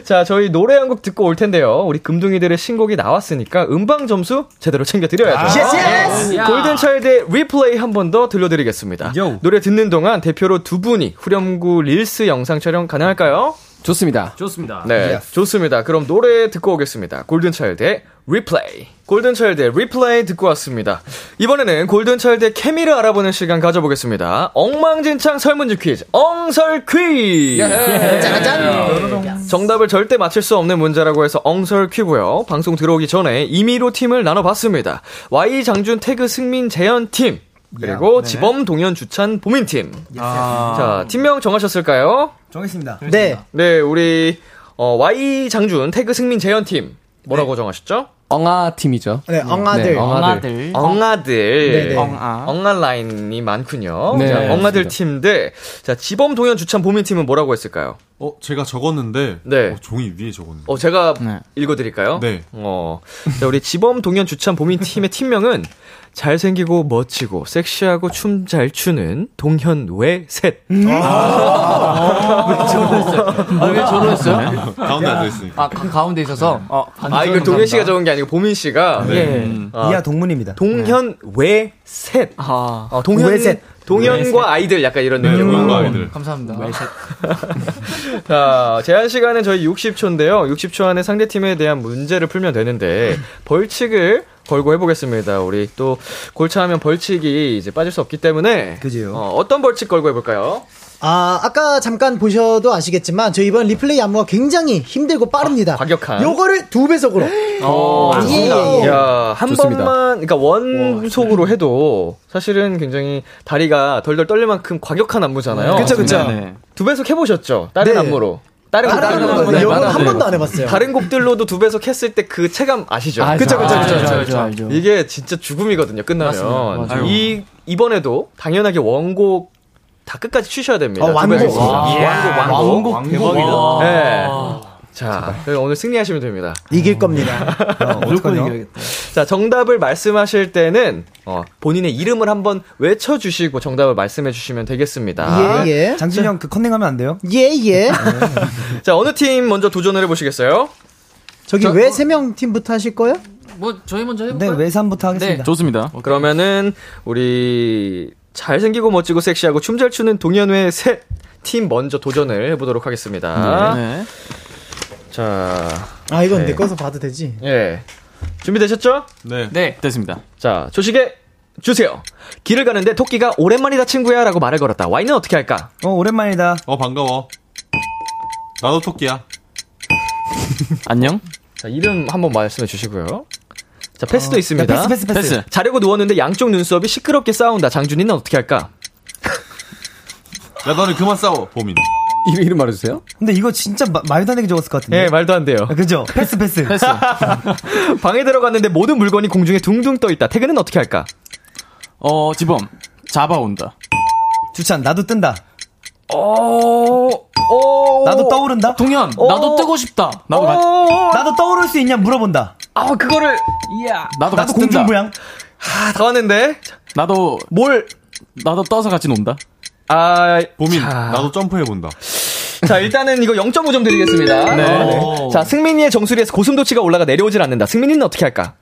[SPEAKER 2] 되겠습니다. 자 저희 노래 한 곡 듣고 올 텐데요. 우리 금둥이들의 신곡이 나왔으니까 음방 점수 제대로 챙겨드려야죠. 네.
[SPEAKER 3] 아, 예스, 예스!
[SPEAKER 2] 골든차일드의 리플레이 한 번 더 들려드리겠습니다. 노래 듣는 동안 대표로 두 분이 후렴구 릴스 영상 촬영 가능할까요?
[SPEAKER 4] 좋습니다.
[SPEAKER 9] 좋습니다.
[SPEAKER 2] 네, 좋습니다. 그럼 노래 듣고 오겠습니다. 골든차일드의 리플레이. 골든차일드의 리플레이 듣고 왔습니다. 이번에는 골든차일드의 케미를 알아보는 시간 가져보겠습니다. 엉망진창 설문지 퀴즈, 엉설 퀴즈!
[SPEAKER 8] 네.
[SPEAKER 12] 네.
[SPEAKER 3] 예. 짜잔.
[SPEAKER 2] 정답을 절대 맞힐 수 없는 문제라고 해서 엉설 퀴고요. 방송 들어오기 전에 임의로 팀을 나눠봤습니다. Y 장준 태그 승민 재현 팀. 그리고
[SPEAKER 8] 네.
[SPEAKER 2] 지범 동현 주찬 보민 팀.
[SPEAKER 8] 아.
[SPEAKER 2] 자 팀명 정하셨을까요?
[SPEAKER 8] 정했습니다.
[SPEAKER 2] 네. 네, 우리 어, Y 장준 태그 승민 재현 팀 뭐라고 정하셨죠?
[SPEAKER 4] 엉아 팀이죠.
[SPEAKER 5] 네, 엉아들.
[SPEAKER 4] 네, 엉아들.
[SPEAKER 2] 엉아들.
[SPEAKER 4] 네, 네.
[SPEAKER 2] 엉아. 엉아 라인이 많군요.
[SPEAKER 4] 네,
[SPEAKER 2] 자, 엉아들
[SPEAKER 4] 맞습니다.
[SPEAKER 2] 팀들. 자, 지범 동현 주찬 보민 팀은 뭐라고 했을까요?
[SPEAKER 6] 어, 제가 적었는데.
[SPEAKER 2] 네.
[SPEAKER 6] 어, 종이 위에 적었네.
[SPEAKER 2] 어, 제가 읽어드릴까요? 네. 어, 자, 우리 지범 동현 주찬 보민 팀의 팀명은 잘생기고 멋지고 섹시하고 춤 잘 추는 동현 외 셋.
[SPEAKER 12] 음. 아. 왜 저로 했어요? 아, 왜 저로 했어요?
[SPEAKER 6] 가운데 앉아있으니까.
[SPEAKER 12] 아, 그 가운데 있어서. 어,
[SPEAKER 2] 아, 이거 동현 씨가 적은 게 아니고 보민 씨가.
[SPEAKER 12] 네. 음.
[SPEAKER 8] 예.
[SPEAKER 2] 아,
[SPEAKER 8] 이하 동문입니다. 네.
[SPEAKER 2] 동현 외 셋.
[SPEAKER 12] 아,
[SPEAKER 2] 어, 동현
[SPEAKER 12] 외 셋.
[SPEAKER 2] 동현과
[SPEAKER 12] 외 셋.
[SPEAKER 2] 아이들 약간 이런
[SPEAKER 10] 네,
[SPEAKER 2] 느낌.
[SPEAKER 12] 감사합니다.
[SPEAKER 2] 네. 자, 제한 시간은 저희 60초인데요. 60초 안에 상대팀에 대한 문제를 풀면 되는데 벌칙을 걸고 해보겠습니다. 우리 또 골차하면 벌칙이 이제 빠질 수 없기 때문에 그지요. 어, 떤 벌칙 걸고 해볼까요?
[SPEAKER 5] 아, 아까 잠깐 보셔도 아시겠지만 저희 이번 리플레이 안무가 굉장히 힘들고 빠릅니다.
[SPEAKER 2] 아, 과격한.
[SPEAKER 5] 요거를 두 배속으로.
[SPEAKER 2] 어,
[SPEAKER 5] 예,
[SPEAKER 2] 좋습니다.
[SPEAKER 5] 예, 예.
[SPEAKER 2] 야, 한
[SPEAKER 5] 좋습니다.
[SPEAKER 2] 번만, 그러니까 원속으로 해도 사실은 굉장히 다리가 덜덜 떨릴 만큼 과격한 안무잖아요.
[SPEAKER 5] 그쵸, 그쵸. 네,
[SPEAKER 2] 두 배속 해보셨죠? 다른
[SPEAKER 5] 네.
[SPEAKER 2] 안무로. 다른
[SPEAKER 4] 아,
[SPEAKER 2] 곡,
[SPEAKER 5] 다른 안무는
[SPEAKER 2] 안무로.
[SPEAKER 5] 이건 한
[SPEAKER 2] 네.
[SPEAKER 5] 번도 안 해봤어요.
[SPEAKER 2] 다른 곡들로도 두 배속 했을 때 그 체감 아시죠?
[SPEAKER 5] 알죠. 그쵸, 그쵸, 그쵸, 그쵸, 그쵸.
[SPEAKER 2] 이게 진짜 죽음이거든요. 끝나면
[SPEAKER 5] 맞습니다. 맞아요.
[SPEAKER 2] 이 이번에도 당연하게 원곡 다 끝까지 치셔야 됩니다.
[SPEAKER 5] 어, 완곡.
[SPEAKER 2] 두 배속. 아,
[SPEAKER 5] 와. 완곡
[SPEAKER 2] 완곡, 완곡,
[SPEAKER 5] 대박이다.
[SPEAKER 2] 대박이다. 네. 자, 저희 오늘 승리하시면 됩니다.
[SPEAKER 5] 이길 겁니다. 어,
[SPEAKER 2] 무조건 이겨야겠다. 자, 정답을 말씀하실 때는 어, 본인의 이름을 한번 외쳐주시고 정답을 말씀해주시면 되겠습니다.
[SPEAKER 8] 예. 장진영 그 컨닝하면 안 돼요? 네.
[SPEAKER 5] 예, 예.
[SPEAKER 2] 자, 어느 팀 먼저 도전을 해보시겠어요?
[SPEAKER 5] 저기 왜 세 명 팀부터 하실 거예요?
[SPEAKER 12] 뭐, 저희 먼저 해볼까요?
[SPEAKER 8] 네, 외산부터 하겠습니다.
[SPEAKER 2] 좋습니다. 그러면은 우리 잘생기고 멋지고 섹시하고 춤 잘 추는 동현회 셋팀 먼저 도전을 해보도록 하겠습니다.
[SPEAKER 5] 네.
[SPEAKER 2] 자,
[SPEAKER 5] 아, 이건
[SPEAKER 2] 네.
[SPEAKER 5] 내 거서 봐도 되지.
[SPEAKER 2] 예. 준비되셨죠? 네. 됐습니다. 자, 조식에 주세요. 길을 가는데 토끼가 오랜만이다 친구야 라고 말을 걸었다. 와인은 어떻게 할까?
[SPEAKER 8] 어, 오랜만이다.
[SPEAKER 6] 어, 반가워. 나도 토끼야.
[SPEAKER 2] 안녕. 자, 이름 한번 말씀해 주시고요. 자, 패스도
[SPEAKER 6] 어,
[SPEAKER 2] 있습니다.
[SPEAKER 6] 야, 패스, 패스, 패스.
[SPEAKER 2] 자려고 누웠는데 양쪽 눈썹이 시끄럽게 싸운다. 장준이는 어떻게 할까?
[SPEAKER 6] 야, 너는 그만 싸워, 보민.
[SPEAKER 4] 이름, 이름 말해주세요.
[SPEAKER 8] 근데 이거 진짜 마- 말도 안 되게 적었을 것 같은데. 아,
[SPEAKER 2] 예, 말도 안 돼요.
[SPEAKER 8] 그죠? 패스, 패스.
[SPEAKER 2] 방에 들어갔는데 모든 물건이 공중에 둥둥 떠 있다. 태그는 어떻게 할까?
[SPEAKER 10] 어, 지범. 잡아온다.
[SPEAKER 8] 주찬, 나도 뜬다.
[SPEAKER 2] 어,
[SPEAKER 8] 나도 떠오른다?
[SPEAKER 12] 동현, 나도 뜨고 싶다.
[SPEAKER 8] 나도
[SPEAKER 12] 같이-
[SPEAKER 8] 나도 떠오를 수 있냐 물어본다.
[SPEAKER 2] 어. 아, 그거를.
[SPEAKER 12] 이야.
[SPEAKER 10] 나도 같이 뜬다.
[SPEAKER 8] 공중부양.
[SPEAKER 2] 아, 다 왔는데.
[SPEAKER 10] 나도.
[SPEAKER 2] 뭘.
[SPEAKER 10] 나도 떠서 같이 논다.
[SPEAKER 2] 아.
[SPEAKER 6] 보민, 나도 점프해본다.
[SPEAKER 2] 자, 일단은 이거 0.5점 드리겠습니다.
[SPEAKER 4] 네.
[SPEAKER 2] 어. 자, 승민이의 정수리에서 고슴도치가 올라가 내려오질 않는다. 승민이는 어떻게 할까?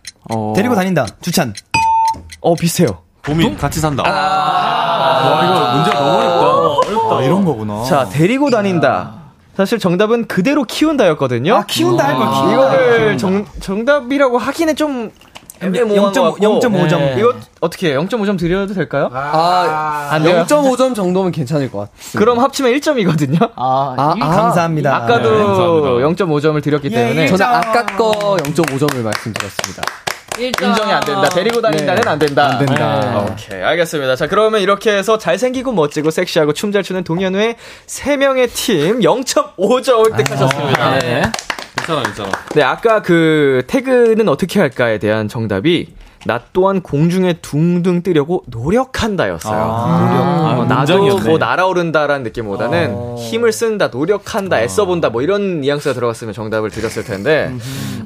[SPEAKER 8] 데리고 다닌다. 주찬.
[SPEAKER 2] 어, 비슷해요.
[SPEAKER 6] 봄이 같이 산다.
[SPEAKER 2] 와, 이거 문제 너무 어렵다.
[SPEAKER 6] 어렵다. 이런 거구나.
[SPEAKER 2] 아, 자, 데리고 다닌다. 사실 정답은 그대로 키운다였거든요. 아,
[SPEAKER 8] 키운다 할걸 키운다.
[SPEAKER 2] 이거를 정, 정답이라고 하기는 좀 애매모호한
[SPEAKER 4] 0.5,
[SPEAKER 2] 것 같고.
[SPEAKER 4] 0.5점.
[SPEAKER 2] 네. 이거 어떻게 해요? 0.5점 드려도 될까요?
[SPEAKER 4] 아,
[SPEAKER 2] 안 돼요?
[SPEAKER 4] 0.5점 정도면 괜찮을 것 같습니다.
[SPEAKER 2] 그럼 합치면 1점이거든요. 아,
[SPEAKER 4] 감사합니다.
[SPEAKER 2] 아까도
[SPEAKER 4] 네, 감사합니다. 예,
[SPEAKER 2] 0.5점을 드렸기 때문에
[SPEAKER 4] 저는 아까 거 0.5점을 말씀드렸습니다.
[SPEAKER 2] 인정이 안 된다. 아. 데리고 다닌다는
[SPEAKER 4] 네.
[SPEAKER 2] 안 된다.
[SPEAKER 4] 안 된다.
[SPEAKER 2] 네. 오케이, 알겠습니다. 자, 그러면 이렇게 해서 잘생기고 멋지고 섹시하고 춤 잘 추는 동현우의 3명의 팀 0.5점을
[SPEAKER 4] 아,
[SPEAKER 2] 획득하셨습니다.
[SPEAKER 6] 네.
[SPEAKER 2] 네.
[SPEAKER 6] 괜찮아, 괜찮아.
[SPEAKER 2] 아까 그 태그는 어떻게 할까에 대한 정답이 나 또한 공중에 둥둥 뜨려고 노력한다였어요.
[SPEAKER 6] 아,
[SPEAKER 2] 어, 나도
[SPEAKER 6] 문장이었네. 어.
[SPEAKER 2] 뭐 날아오른다라는 느낌보다는 힘을 쓴다,
[SPEAKER 6] 아.
[SPEAKER 2] 노력한다, 애써본다 뭐 이런 뉘앙스가 들어갔으면 정답을 드렸을 텐데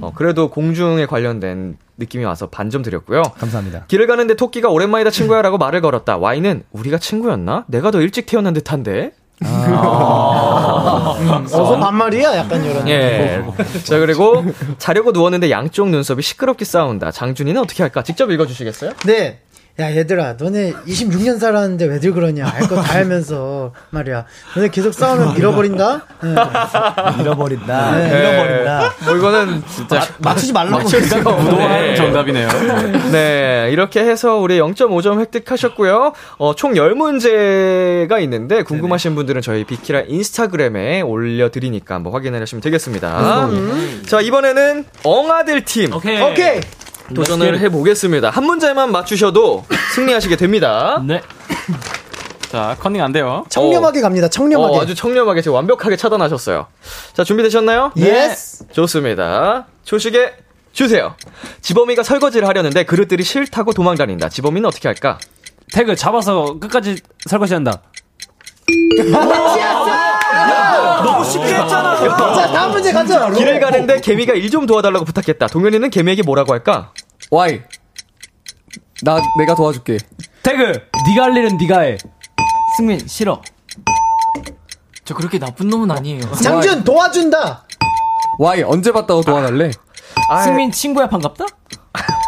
[SPEAKER 2] 어, 그래도 공중에 관련된 느낌이 와서 반점 드렸고요.
[SPEAKER 12] 네.
[SPEAKER 8] 감사합니다.
[SPEAKER 2] 길을 가는데 토끼가 오랜만이다 친구야라고 말을 걸었다. Y는 우리가 친구였나? 내가 더 일찍 태어난 듯한데.
[SPEAKER 5] 어서 반말이야? 약간 이런.
[SPEAKER 2] 예. 자 그리고 자려고 누웠는데 양쪽 눈썹이 시끄럽게 싸운다. 장준이는 어떻게 할까? 직접 읽어주시겠어요?
[SPEAKER 5] 네. 야 얘들아 너네 26년 살았는데 왜들 그러냐 알 거 다 알면서 말이야 너네 계속 싸우면 잃어버린다 네.
[SPEAKER 8] 잃어버린다.
[SPEAKER 5] 네.
[SPEAKER 8] 잃어버린다.
[SPEAKER 2] 뭐 이거는 진짜
[SPEAKER 8] 맞추지 말라고
[SPEAKER 2] 맞추지
[SPEAKER 8] 그러니까
[SPEAKER 2] 무도한
[SPEAKER 4] 정답이네요.
[SPEAKER 2] 네, 이렇게 해서 우리 0.5점 획득하셨고요. 어, 총 10문제가 있는데 궁금하신 분들은 저희 비키라 인스타그램에 올려 드리니까 한번 확인을 하시면 되겠습니다. 음. 자, 이번에는 엉아들 팀. 오케이.
[SPEAKER 5] 오케이.
[SPEAKER 2] 도전을 해 보겠습니다. 한 문제만 맞추셔도 승리하시게 됩니다.
[SPEAKER 4] 네. 자, 커닝 안 돼요.
[SPEAKER 5] 청렴하게 갑니다 청렴하게
[SPEAKER 2] 어, 아주 청렴하게 지금 완벽하게 차단하셨어요. 자, 준비되셨나요? 네.
[SPEAKER 5] Yes.
[SPEAKER 2] 좋습니다. 초식에 주세요. 지범이가 설거지를 하려는데 그릇들이 싫다고 도망다닌다. 지범이는 어떻게 할까?
[SPEAKER 9] 태그 잡아서 끝까지 설거지한다.
[SPEAKER 3] 아,
[SPEAKER 2] 너무 쉽게 했잖아.
[SPEAKER 5] 자 다음 문제 가자
[SPEAKER 2] 길을 가는데 개미가 일 좀 도와달라고 부탁했다. 동현이는 개미에게 뭐라고 할까?
[SPEAKER 4] Y. 나 내가 도와줄게.
[SPEAKER 9] 태그 네가 할 일은 네가 해.
[SPEAKER 12] 승민 싫어. 저 그렇게 나쁜 놈은 아니에요.
[SPEAKER 5] 장준 도와준다
[SPEAKER 4] Y 언제 봤다고 도와달래?
[SPEAKER 12] 아, 승민 친구야 반갑다?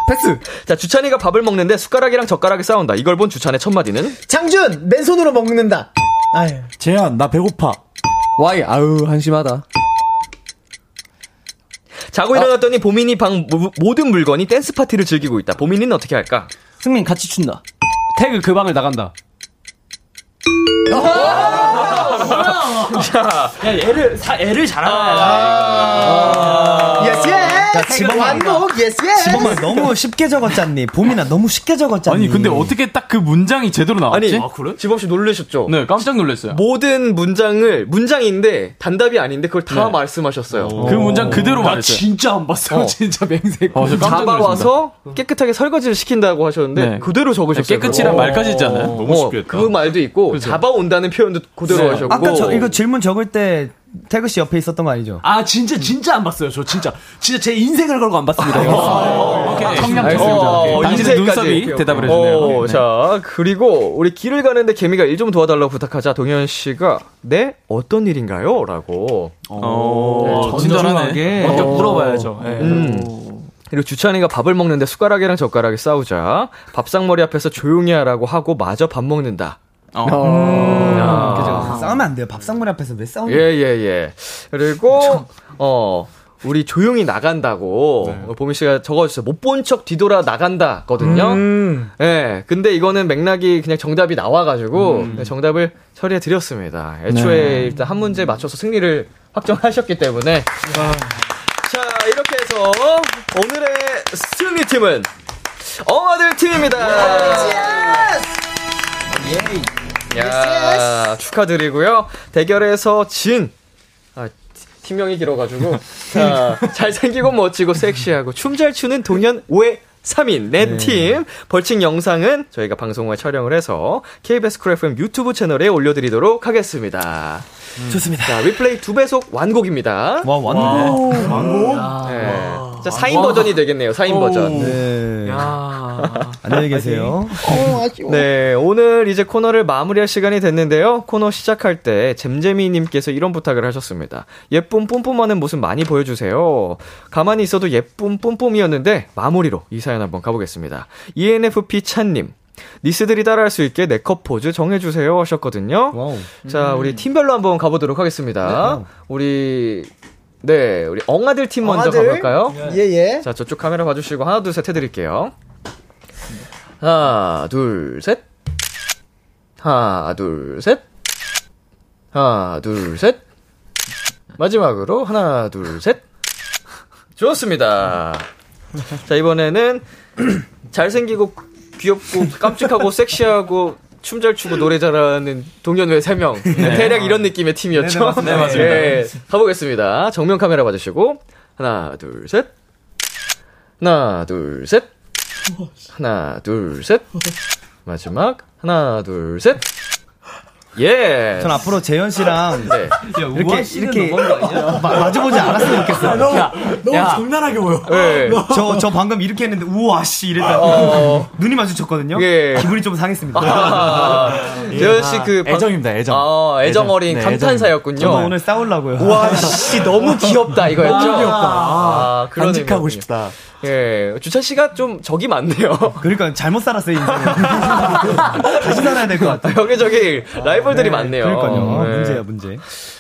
[SPEAKER 2] 패스. 아, 예. 자, 주찬이가 밥을 먹는데 숟가락이랑 젓가락이 싸운다. 이걸 본 주찬의 첫 마디는
[SPEAKER 5] 장준 맨손으로 먹는다 아유
[SPEAKER 4] 재현 나 배고파. Y 아우 한심하다. 아.
[SPEAKER 2] 자고 일어났더니 보민이 방 모- 모든 물건이 댄스 파티를 즐기고 있다. 보민이는 어떻게 할까?
[SPEAKER 12] 승민 같이 춘다.
[SPEAKER 9] 태그 그 방을 나간다.
[SPEAKER 2] 자,
[SPEAKER 9] 야, 애를 사, 애를 잘하네. 아.
[SPEAKER 2] 아.
[SPEAKER 5] 예스
[SPEAKER 8] 야,
[SPEAKER 5] 예스
[SPEAKER 8] 지범아.
[SPEAKER 5] 반복 예스 예스
[SPEAKER 8] 지범아 너무 쉽게 적었잖니. 봄이나 너무 쉽게 적었잖니.
[SPEAKER 4] 아니 근데 어떻게 딱 그 문장이 제대로 나왔지?
[SPEAKER 2] 아니, 지범 씨 놀라셨죠?
[SPEAKER 4] 네, 깜짝 놀랐어요.
[SPEAKER 2] 모든 문장을 문장인데 단답이 아닌데 그걸 다 말씀하셨어요.
[SPEAKER 4] 네. 그 문장 그대로 말했어요.
[SPEAKER 2] 안 봤어요.
[SPEAKER 4] 진짜 맹세. 어, 저 깜짝 놀랐습니다.
[SPEAKER 2] 잡아와서 깨끗하게 설거지를 시킨다고 하셨는데
[SPEAKER 4] 네.
[SPEAKER 2] 그대로 적으셨어요.
[SPEAKER 4] 깨끗이란
[SPEAKER 2] 그거.
[SPEAKER 4] 말까지 있잖아요. 너무 쉽게 했다.
[SPEAKER 2] 그 말도 있고 잡아온다는 표현도 그대로
[SPEAKER 4] 네.
[SPEAKER 2] 하셨고.
[SPEAKER 8] 아까 저 이거 질문 적을 때 태그 씨 옆에 있었던 거 아니죠?
[SPEAKER 3] 아 진짜 진짜 안 봤어요. 저 진짜 진짜 제 인생을 걸고 안 봤습니다.
[SPEAKER 2] 아,
[SPEAKER 3] 청량
[SPEAKER 2] 어,
[SPEAKER 4] 당신의
[SPEAKER 2] 인쇄까지.
[SPEAKER 4] 눈썹이
[SPEAKER 2] 오케이,
[SPEAKER 4] 대답을
[SPEAKER 2] 오케이.
[SPEAKER 4] 해주네요.
[SPEAKER 2] 어,
[SPEAKER 4] 네.
[SPEAKER 2] 자, 그리고 우리 길을 가는데 개미가 일 좀 도와달라고 부탁하자 동현 씨가 네 어떤 일인가요? 라고.
[SPEAKER 7] 네,
[SPEAKER 4] 어, 친절하네. 먼저 물어봐야죠. 네.
[SPEAKER 2] 음. 그리고 주찬이가 밥을 먹는데 숟가락이랑 젓가락이 싸우자 밥상머리 앞에서 조용히 하라고 하고 마저 밥 먹는다.
[SPEAKER 4] 어.
[SPEAKER 2] 아.
[SPEAKER 8] 싸우면 안 돼요. 밥상머리 앞에서 왜 싸우는?
[SPEAKER 2] 예, 예, 예. 그리고, 어, 우리 조용히 나간다고, 보미 씨가 적어주셨어요. 못 본 척 뒤돌아 나간다거든요. 예, 근데 이거는 맥락이 그냥 정답이 나와가지고, 그냥 정답을 처리해드렸습니다. 애초에
[SPEAKER 4] 네.
[SPEAKER 2] 일단 한 문제 맞춰서 승리를 확정하셨기 때문에. 자, 이렇게 해서 오늘의 승리 팀은 엉아들 팀입니다. 야, 축하드리고요. 대결에서 진. 아, 팀명이 길어가지고. 자, 잘생기고 멋지고 섹시하고 춤 잘 추는 동현 5회 3인 네 팀. 벌칙 영상은 저희가 방송 후에 촬영을 해서 KBS 쿨 FM 유튜브 채널에 올려드리도록 하겠습니다. 음. 좋습니다. 자, 리플레이 두 배속 완곡입니다. 아,
[SPEAKER 8] 와, 완곡.
[SPEAKER 2] 네. 아, 자, 4인 버전이 되겠네요, 4인 버전. 예. 야.
[SPEAKER 8] 안녕히 계세요.
[SPEAKER 2] 네, 오늘 이제 코너를 마무리할 시간이 됐는데요. 코너 시작할 때 잼잼이님께서 이런 부탁을 하셨습니다. 예쁨 뿜뿜하는 모습 많이 보여주세요. 가만히 있어도 예쁨 뿜뿜이었는데 마무리로 이 사연 한번 가보겠습니다. E ENFP 찬님. 니스들이 따라할 수 있게 네컷 포즈 정해주세요 하셨거든요. 자, 우리 팀별로 한번 가보도록 하겠습니다. 우리 네, 우리 엉아들 팀 먼저
[SPEAKER 5] 엉아들?
[SPEAKER 2] 가볼까요?
[SPEAKER 5] 예, 예.
[SPEAKER 2] 자, 저쪽 카메라 봐주시고 하나 둘 셋 해드릴게요. 하나 둘 셋. 하나 둘 셋. 하나 둘 셋. 마지막으로 하나 둘 셋. 좋습니다. 자 이번에는 잘생기고 귀엽고 깜찍하고 섹시하고 춤 잘 추고 노래 잘하는 동년회 3명
[SPEAKER 15] 네.
[SPEAKER 2] 대략 이런 느낌의 팀이었죠.
[SPEAKER 15] 네, 네, 맞습니다. 네, 맞습니다.
[SPEAKER 2] 예, 가보겠습니다. 정면 카메라 봐주시고 하나 둘 셋. 하나 둘 셋. 하나 둘 셋. 마지막 하나 둘 셋. 예. 네.
[SPEAKER 8] 전 앞으로 재현 씨랑
[SPEAKER 16] 우아
[SPEAKER 8] 이렇게
[SPEAKER 16] 씨는
[SPEAKER 8] 이렇게
[SPEAKER 16] 넘어간 거 아니야?
[SPEAKER 8] 마- 마주보지 않았으면 좋겠어.
[SPEAKER 16] 야, 아, 너무- 너무 장난하게
[SPEAKER 8] 보여.
[SPEAKER 16] 네.
[SPEAKER 8] 저저 방금 이렇게 했는데 우와 씨 이랬다.
[SPEAKER 16] 어.
[SPEAKER 8] 눈이 마주쳤거든요.
[SPEAKER 2] 예.
[SPEAKER 8] 기분이 좀 상했습니다. 예.
[SPEAKER 2] 아,
[SPEAKER 4] 예.
[SPEAKER 2] 재현 씨 그 방-
[SPEAKER 7] 아, 애정입니다, 애정.
[SPEAKER 2] 아, 애정 어린
[SPEAKER 7] 네,
[SPEAKER 2] 감탄사였군요.
[SPEAKER 7] 애정. 저도
[SPEAKER 8] 오늘 싸우려고요.
[SPEAKER 2] 우와, 씨, 너무 귀엽다, 이거였죠?
[SPEAKER 7] 너무 귀엽다.
[SPEAKER 2] 아, 그런
[SPEAKER 7] 간직하고
[SPEAKER 2] 의미였군요.
[SPEAKER 7] 싶다.
[SPEAKER 2] 예, 주찬 씨가 좀 적이 많네요.
[SPEAKER 8] 그러니까 잘못 살았어요, 인생. 다시 살아야 될 것 같아요.
[SPEAKER 2] 여기저기 라이벌들이 많네요.
[SPEAKER 8] 그러니까요.
[SPEAKER 2] 네.
[SPEAKER 8] 문제야 문제.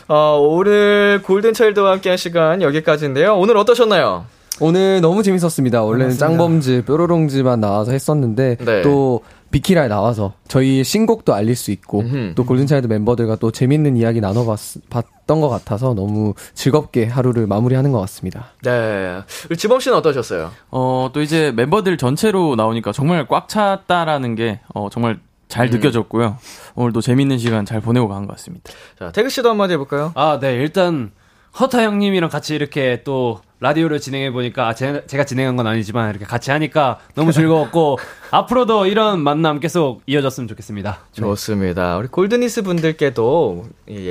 [SPEAKER 2] 아, 오늘 골든차일드와 함께한 시간 여기까지인데요. 오늘 어떠셨나요?
[SPEAKER 4] 오늘 너무 재밌었습니다. 원래는 짱범즈, 뾰로롱즈만 나와서 했었는데
[SPEAKER 2] 네.
[SPEAKER 4] 또 비키라에 나와서 저희 신곡도 알릴 수 있고 또 골든차일드 멤버들과 또 재밌는 이야기 나눠봤던 것 같아서 너무 즐겁게 하루를 마무리하는 것 같습니다.
[SPEAKER 2] 네. 우리 지범 씨는 어떠셨어요?
[SPEAKER 10] 어, 또 이제 멤버들 전체로 나오니까 정말 꽉 찼다라는 게, 어, 정말 잘
[SPEAKER 2] 음.
[SPEAKER 10] 느껴졌고요. 오늘도 재밌는 시간 잘 보내고 간 것 같습니다.
[SPEAKER 2] 자, 태그 씨도 한마디 해볼까요?
[SPEAKER 9] 아, 네. 일단 허타 형님이랑 같이 이렇게 또 라디오를 진행해 보니까 아, 제, 제가 진행한 건 아니지만 이렇게 같이 하니까 너무 즐거웠고 앞으로도 이런 만남 계속 이어졌으면 좋겠습니다.
[SPEAKER 8] 네.
[SPEAKER 2] 좋습니다. 우리 골드니스 분들께도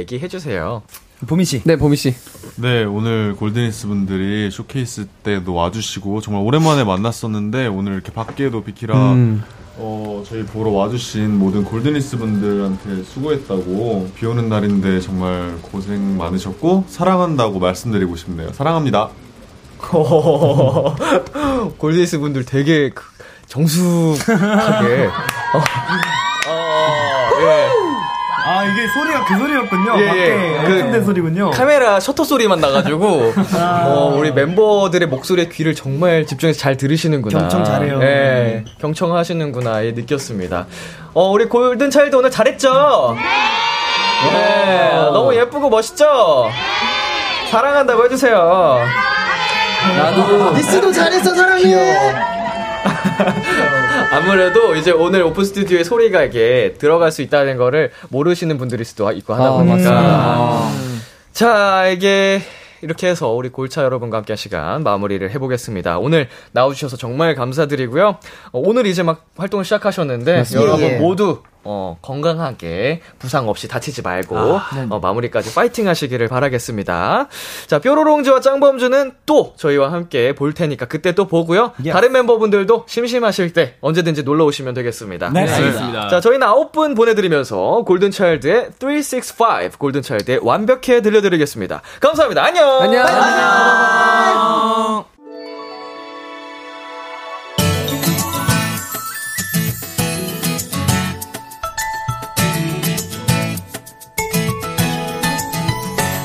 [SPEAKER 2] 얘기해주세요.
[SPEAKER 8] 보미 씨.
[SPEAKER 4] 네, 보미 씨.
[SPEAKER 6] 네, 오늘 골든리스 분들이 쇼케이스 때도 와주시고 정말 오랜만에 만났었는데 오늘 이렇게 밖에도 비키라
[SPEAKER 4] 음.
[SPEAKER 6] 어, 저희 보러 와주신 모든 골든리스 분들한테 수고했다고 비 오는 날인데 정말 고생 많으셨고 사랑한다고 말씀드리고 싶네요. 사랑합니다.
[SPEAKER 2] 골드니스 분들 되게 그- 정숙하게. 어,
[SPEAKER 8] 아 이게 소리가 그 소리였군요.
[SPEAKER 2] 네. 예, 예.
[SPEAKER 8] 밖에 오픈된
[SPEAKER 2] 그
[SPEAKER 8] 소리군요. 아.
[SPEAKER 2] 카메라 셔터 소리만 나가지고 어, 우리 멤버들의 목소리에 귀를 정말 집중해서 잘 들으시는구나.
[SPEAKER 8] 경청 잘해요.
[SPEAKER 2] 예, 경청하시는구나 예, 느꼈습니다. 어, 우리 골든 차일드 오늘 잘했죠? 네. 너무 예쁘고 멋있죠? 네. 사랑한다고 해주세요.
[SPEAKER 8] 아,
[SPEAKER 2] 나도
[SPEAKER 5] 니스도 잘했어 사랑해.
[SPEAKER 2] 아무래도 이제 오늘 오픈 스튜디오에 소리가 이게 들어갈 수 있다는 거를 모르시는 분들일 수도 있고 하다
[SPEAKER 4] 아,
[SPEAKER 2] 보니까.
[SPEAKER 4] 맞습니다.
[SPEAKER 2] 자, 이게 이렇게 해서 우리 골차 여러분과 함께 한 시간 마무리를 해보겠습니다. 오늘 나와주셔서 정말 감사드리고요. 어, 오늘 이제 막 활동을 시작하셨는데
[SPEAKER 15] 맞습니다.
[SPEAKER 2] 여러분
[SPEAKER 15] 예.
[SPEAKER 2] 모두 어, 건강하게 부상 없이 다치지 말고
[SPEAKER 15] 아,
[SPEAKER 2] 어, 마무리까지 파이팅 하시기를 바라겠습니다. 자, 뾰로롱즈와 짱범주는 또 저희와 함께 볼 테니까 그때 또 보고요. 다른 멤버분들도 심심하실 때 언제든지 놀러 오시면 되겠습니다.
[SPEAKER 15] 네, 알겠습니다.
[SPEAKER 2] 자, 저희는 아홉 분 보내드리면서 골든차일드의 365, 골든차일드의 완벽해 들려드리겠습니다. 감사합니다. 안녕! 안녕!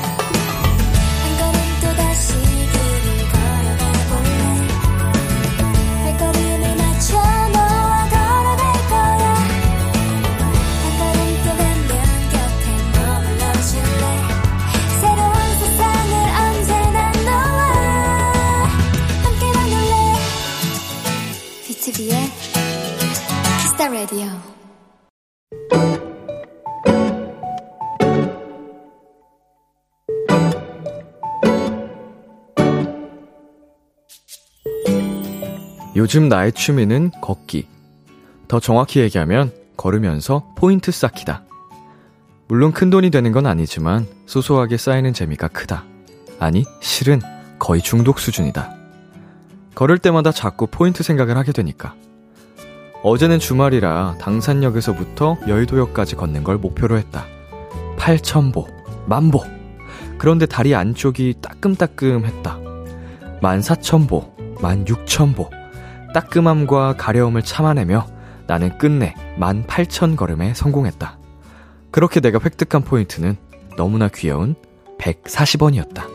[SPEAKER 17] 한 걸음 또다시 길을 걸어가볼래 발걸음을 맞춰 너와 걸어갈 거야 한 걸음 또 가면 곁에 머물러줄래 새로운 세상을 언제나 너와 함께 만들래 BTOB의 키스타 라디오
[SPEAKER 2] 요즘 나의 취미는 걷기. 더 정확히 얘기하면 걸으면서 포인트 쌓기다. 물론 큰돈이 되는 건 아니지만 소소하게 쌓이는 재미가 크다. 아니, 실은 거의 중독 수준이다. 걸을 때마다 자꾸 포인트 생각을 하게 되니까. 어제는 주말이라 당산역에서부터 여의도역까지 걷는 걸 목표로 했다. 8,000보, 만보. 그런데 다리 안쪽이 따끔따끔했다. 14,000보, 16,000보. 따끔함과 가려움을 참아내며 나는 끝내 18,000걸음에 성공했다. 그렇게 내가 획득한 포인트는 너무나 귀여운 140원이었다.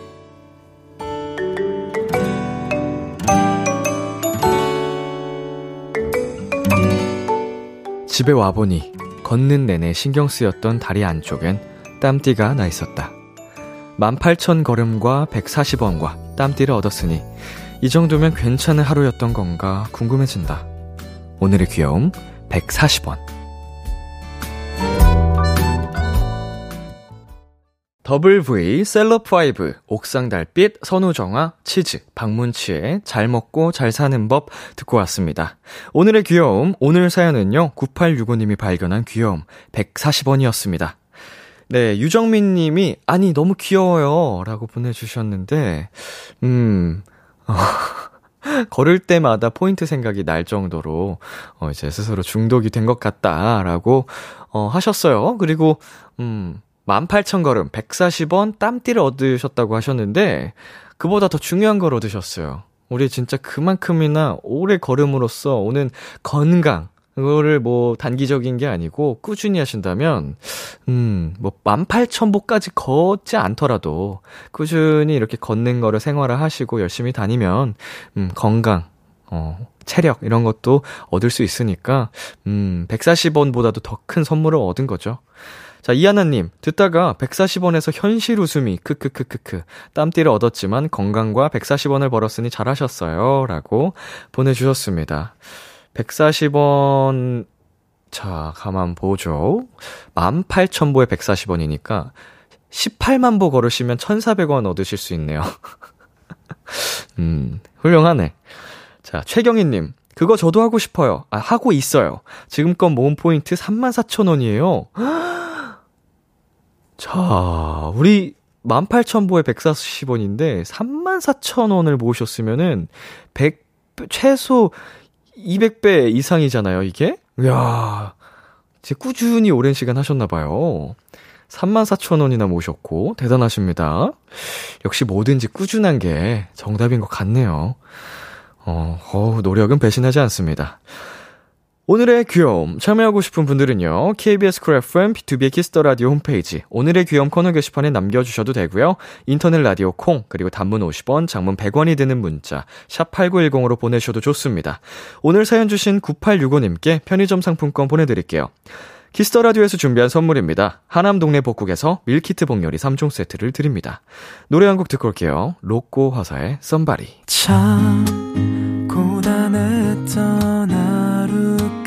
[SPEAKER 2] 집에 와보니 걷는 내내 신경 쓰였던 다리 안쪽엔 땀띠가 나 있었다. 18,000걸음과 140원과 땀띠를 얻었으니 이 정도면 괜찮은 하루였던 건가 궁금해진다. 오늘의 귀여움 140원. 더블 V, 셀럽5, 옥상달빛, 선우정아, 치즈, 박문치의 잘 먹고 잘 사는 법 듣고 왔습니다. 오늘의 귀여움, 오늘 사연은요, 9865님이 발견한 귀여움, 140원이었습니다. 네, 유정민 님이, 아니, 너무 귀여워요. 라고 보내주셨는데, 음, 어, 걸을 때마다 포인트 생각이 날 정도로, 어, 이제 스스로 중독이 된 것 같다라고, 어, 하셨어요. 그리고, 음, 18,000걸음, 140원 땀띠를 얻으셨다고 하셨는데, 그보다 더 중요한 걸 얻으셨어요. 우리 진짜 그만큼이나 오래 걸음으로써 오는 건강, 그거를 뭐 단기적인 게 아니고 꾸준히 하신다면, 음, 뭐 18,000보까지 걷지 않더라도 꾸준히 이렇게 걷는 거를 생활화하시고 열심히 다니면, 음, 건강, 어, 체력 이런 것도 얻을 수 있으니까, 음, 140원보다도 더 큰 선물을 얻은 거죠. 자, 이하나님, 듣다가 140원에서 현실 웃음이, 크크크크크, 땀띠를 얻었지만 건강과 140원을 벌었으니 잘하셨어요. 라고 보내주셨습니다. 140원, 자, 가만 보죠. 18,000보에 140원이니까 18만보 걸으시면 1,400원 얻으실 수 있네요. 음, 훌륭하네. 자, 최경희님. 그거 저도 하고 싶어요. 아, 하고 있어요. 지금껏 모은 포인트 34,000원이에요. 자, 우리 18,000보에 140원인데 34,000원을 모으셨으면은 100 최소 200배 이상이잖아요, 이게. 이야. 이제 꾸준히 오랜 시간 하셨나 봐요. 34,000원이나 모으셨고 대단하십니다. 역시 뭐든지 꾸준한 게 정답인 것 같네요. 어, 어우, 노력은 배신하지 않습니다. 오늘의 귀여움 참여하고 싶은 분들은요. KBS 쿨 FM B2B 키스터 라디오 홈페이지 오늘의 귀여움 코너 게시판에 남겨 주셔도 되고요. 인터넷 라디오 콩 그리고 단문 50원, 장문 100원이 드는 문자 샵 8910으로 보내셔도 좋습니다. 오늘 사연 주신 9865님께 편의점 상품권 보내 드릴게요. 키스터 라디오에서 준비한 선물입니다. 하남 동네 복국에서 밀키트 복요리 3종 세트를 드립니다. 노래 한 곡 듣고 올게요. 로꼬 화사의 썸바리.
[SPEAKER 3] 참 고단했던 하루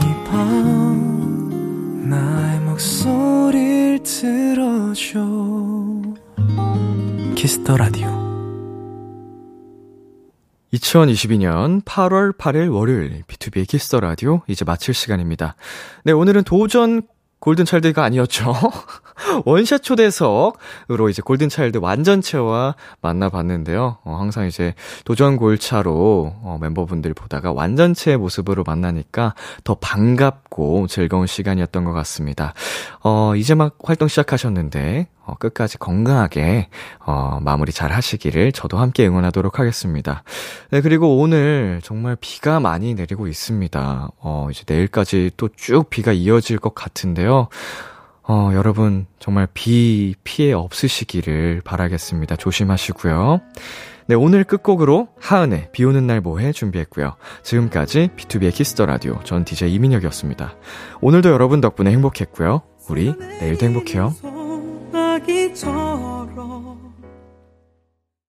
[SPEAKER 3] 이 밤 나의 목소리를 들어줘 키스터 라디오
[SPEAKER 2] 2022년 8월 8일 월요일 B2B의 키스터 라디오 이제 마칠 시간입니다. 네, 오늘은 도전 골든차일드가 아니었죠. 원샷 초대석으로 이제 골든차일드 완전체와 만나봤는데요. 어, 항상 이제 도전 골차로 어, 멤버분들 보다가 완전체의 모습으로 만나니까 더 반갑고 즐거운 시간이었던 것 같습니다. 어, 이제 막 활동 시작하셨는데 어, 끝까지 건강하게 어, 마무리 잘 하시기를 저도 함께 응원하도록 하겠습니다. 네, 그리고 오늘 정말 비가 많이 내리고 있습니다. 어, 이제 내일까지 또 쭉 비가 이어질 것 같은데요. 어, 여러분 정말 비 피해 없으시기를 바라겠습니다. 조심하시고요. 네, 오늘 끝곡으로 하은의 비 오는 날 뭐해 준비했고요. 지금까지 B2B의 키스터 라디오 전 DJ 이민혁이었습니다. 오늘도 여러분 덕분에 행복했고요. 우리 내일도 행복해요.
[SPEAKER 3] 하기 전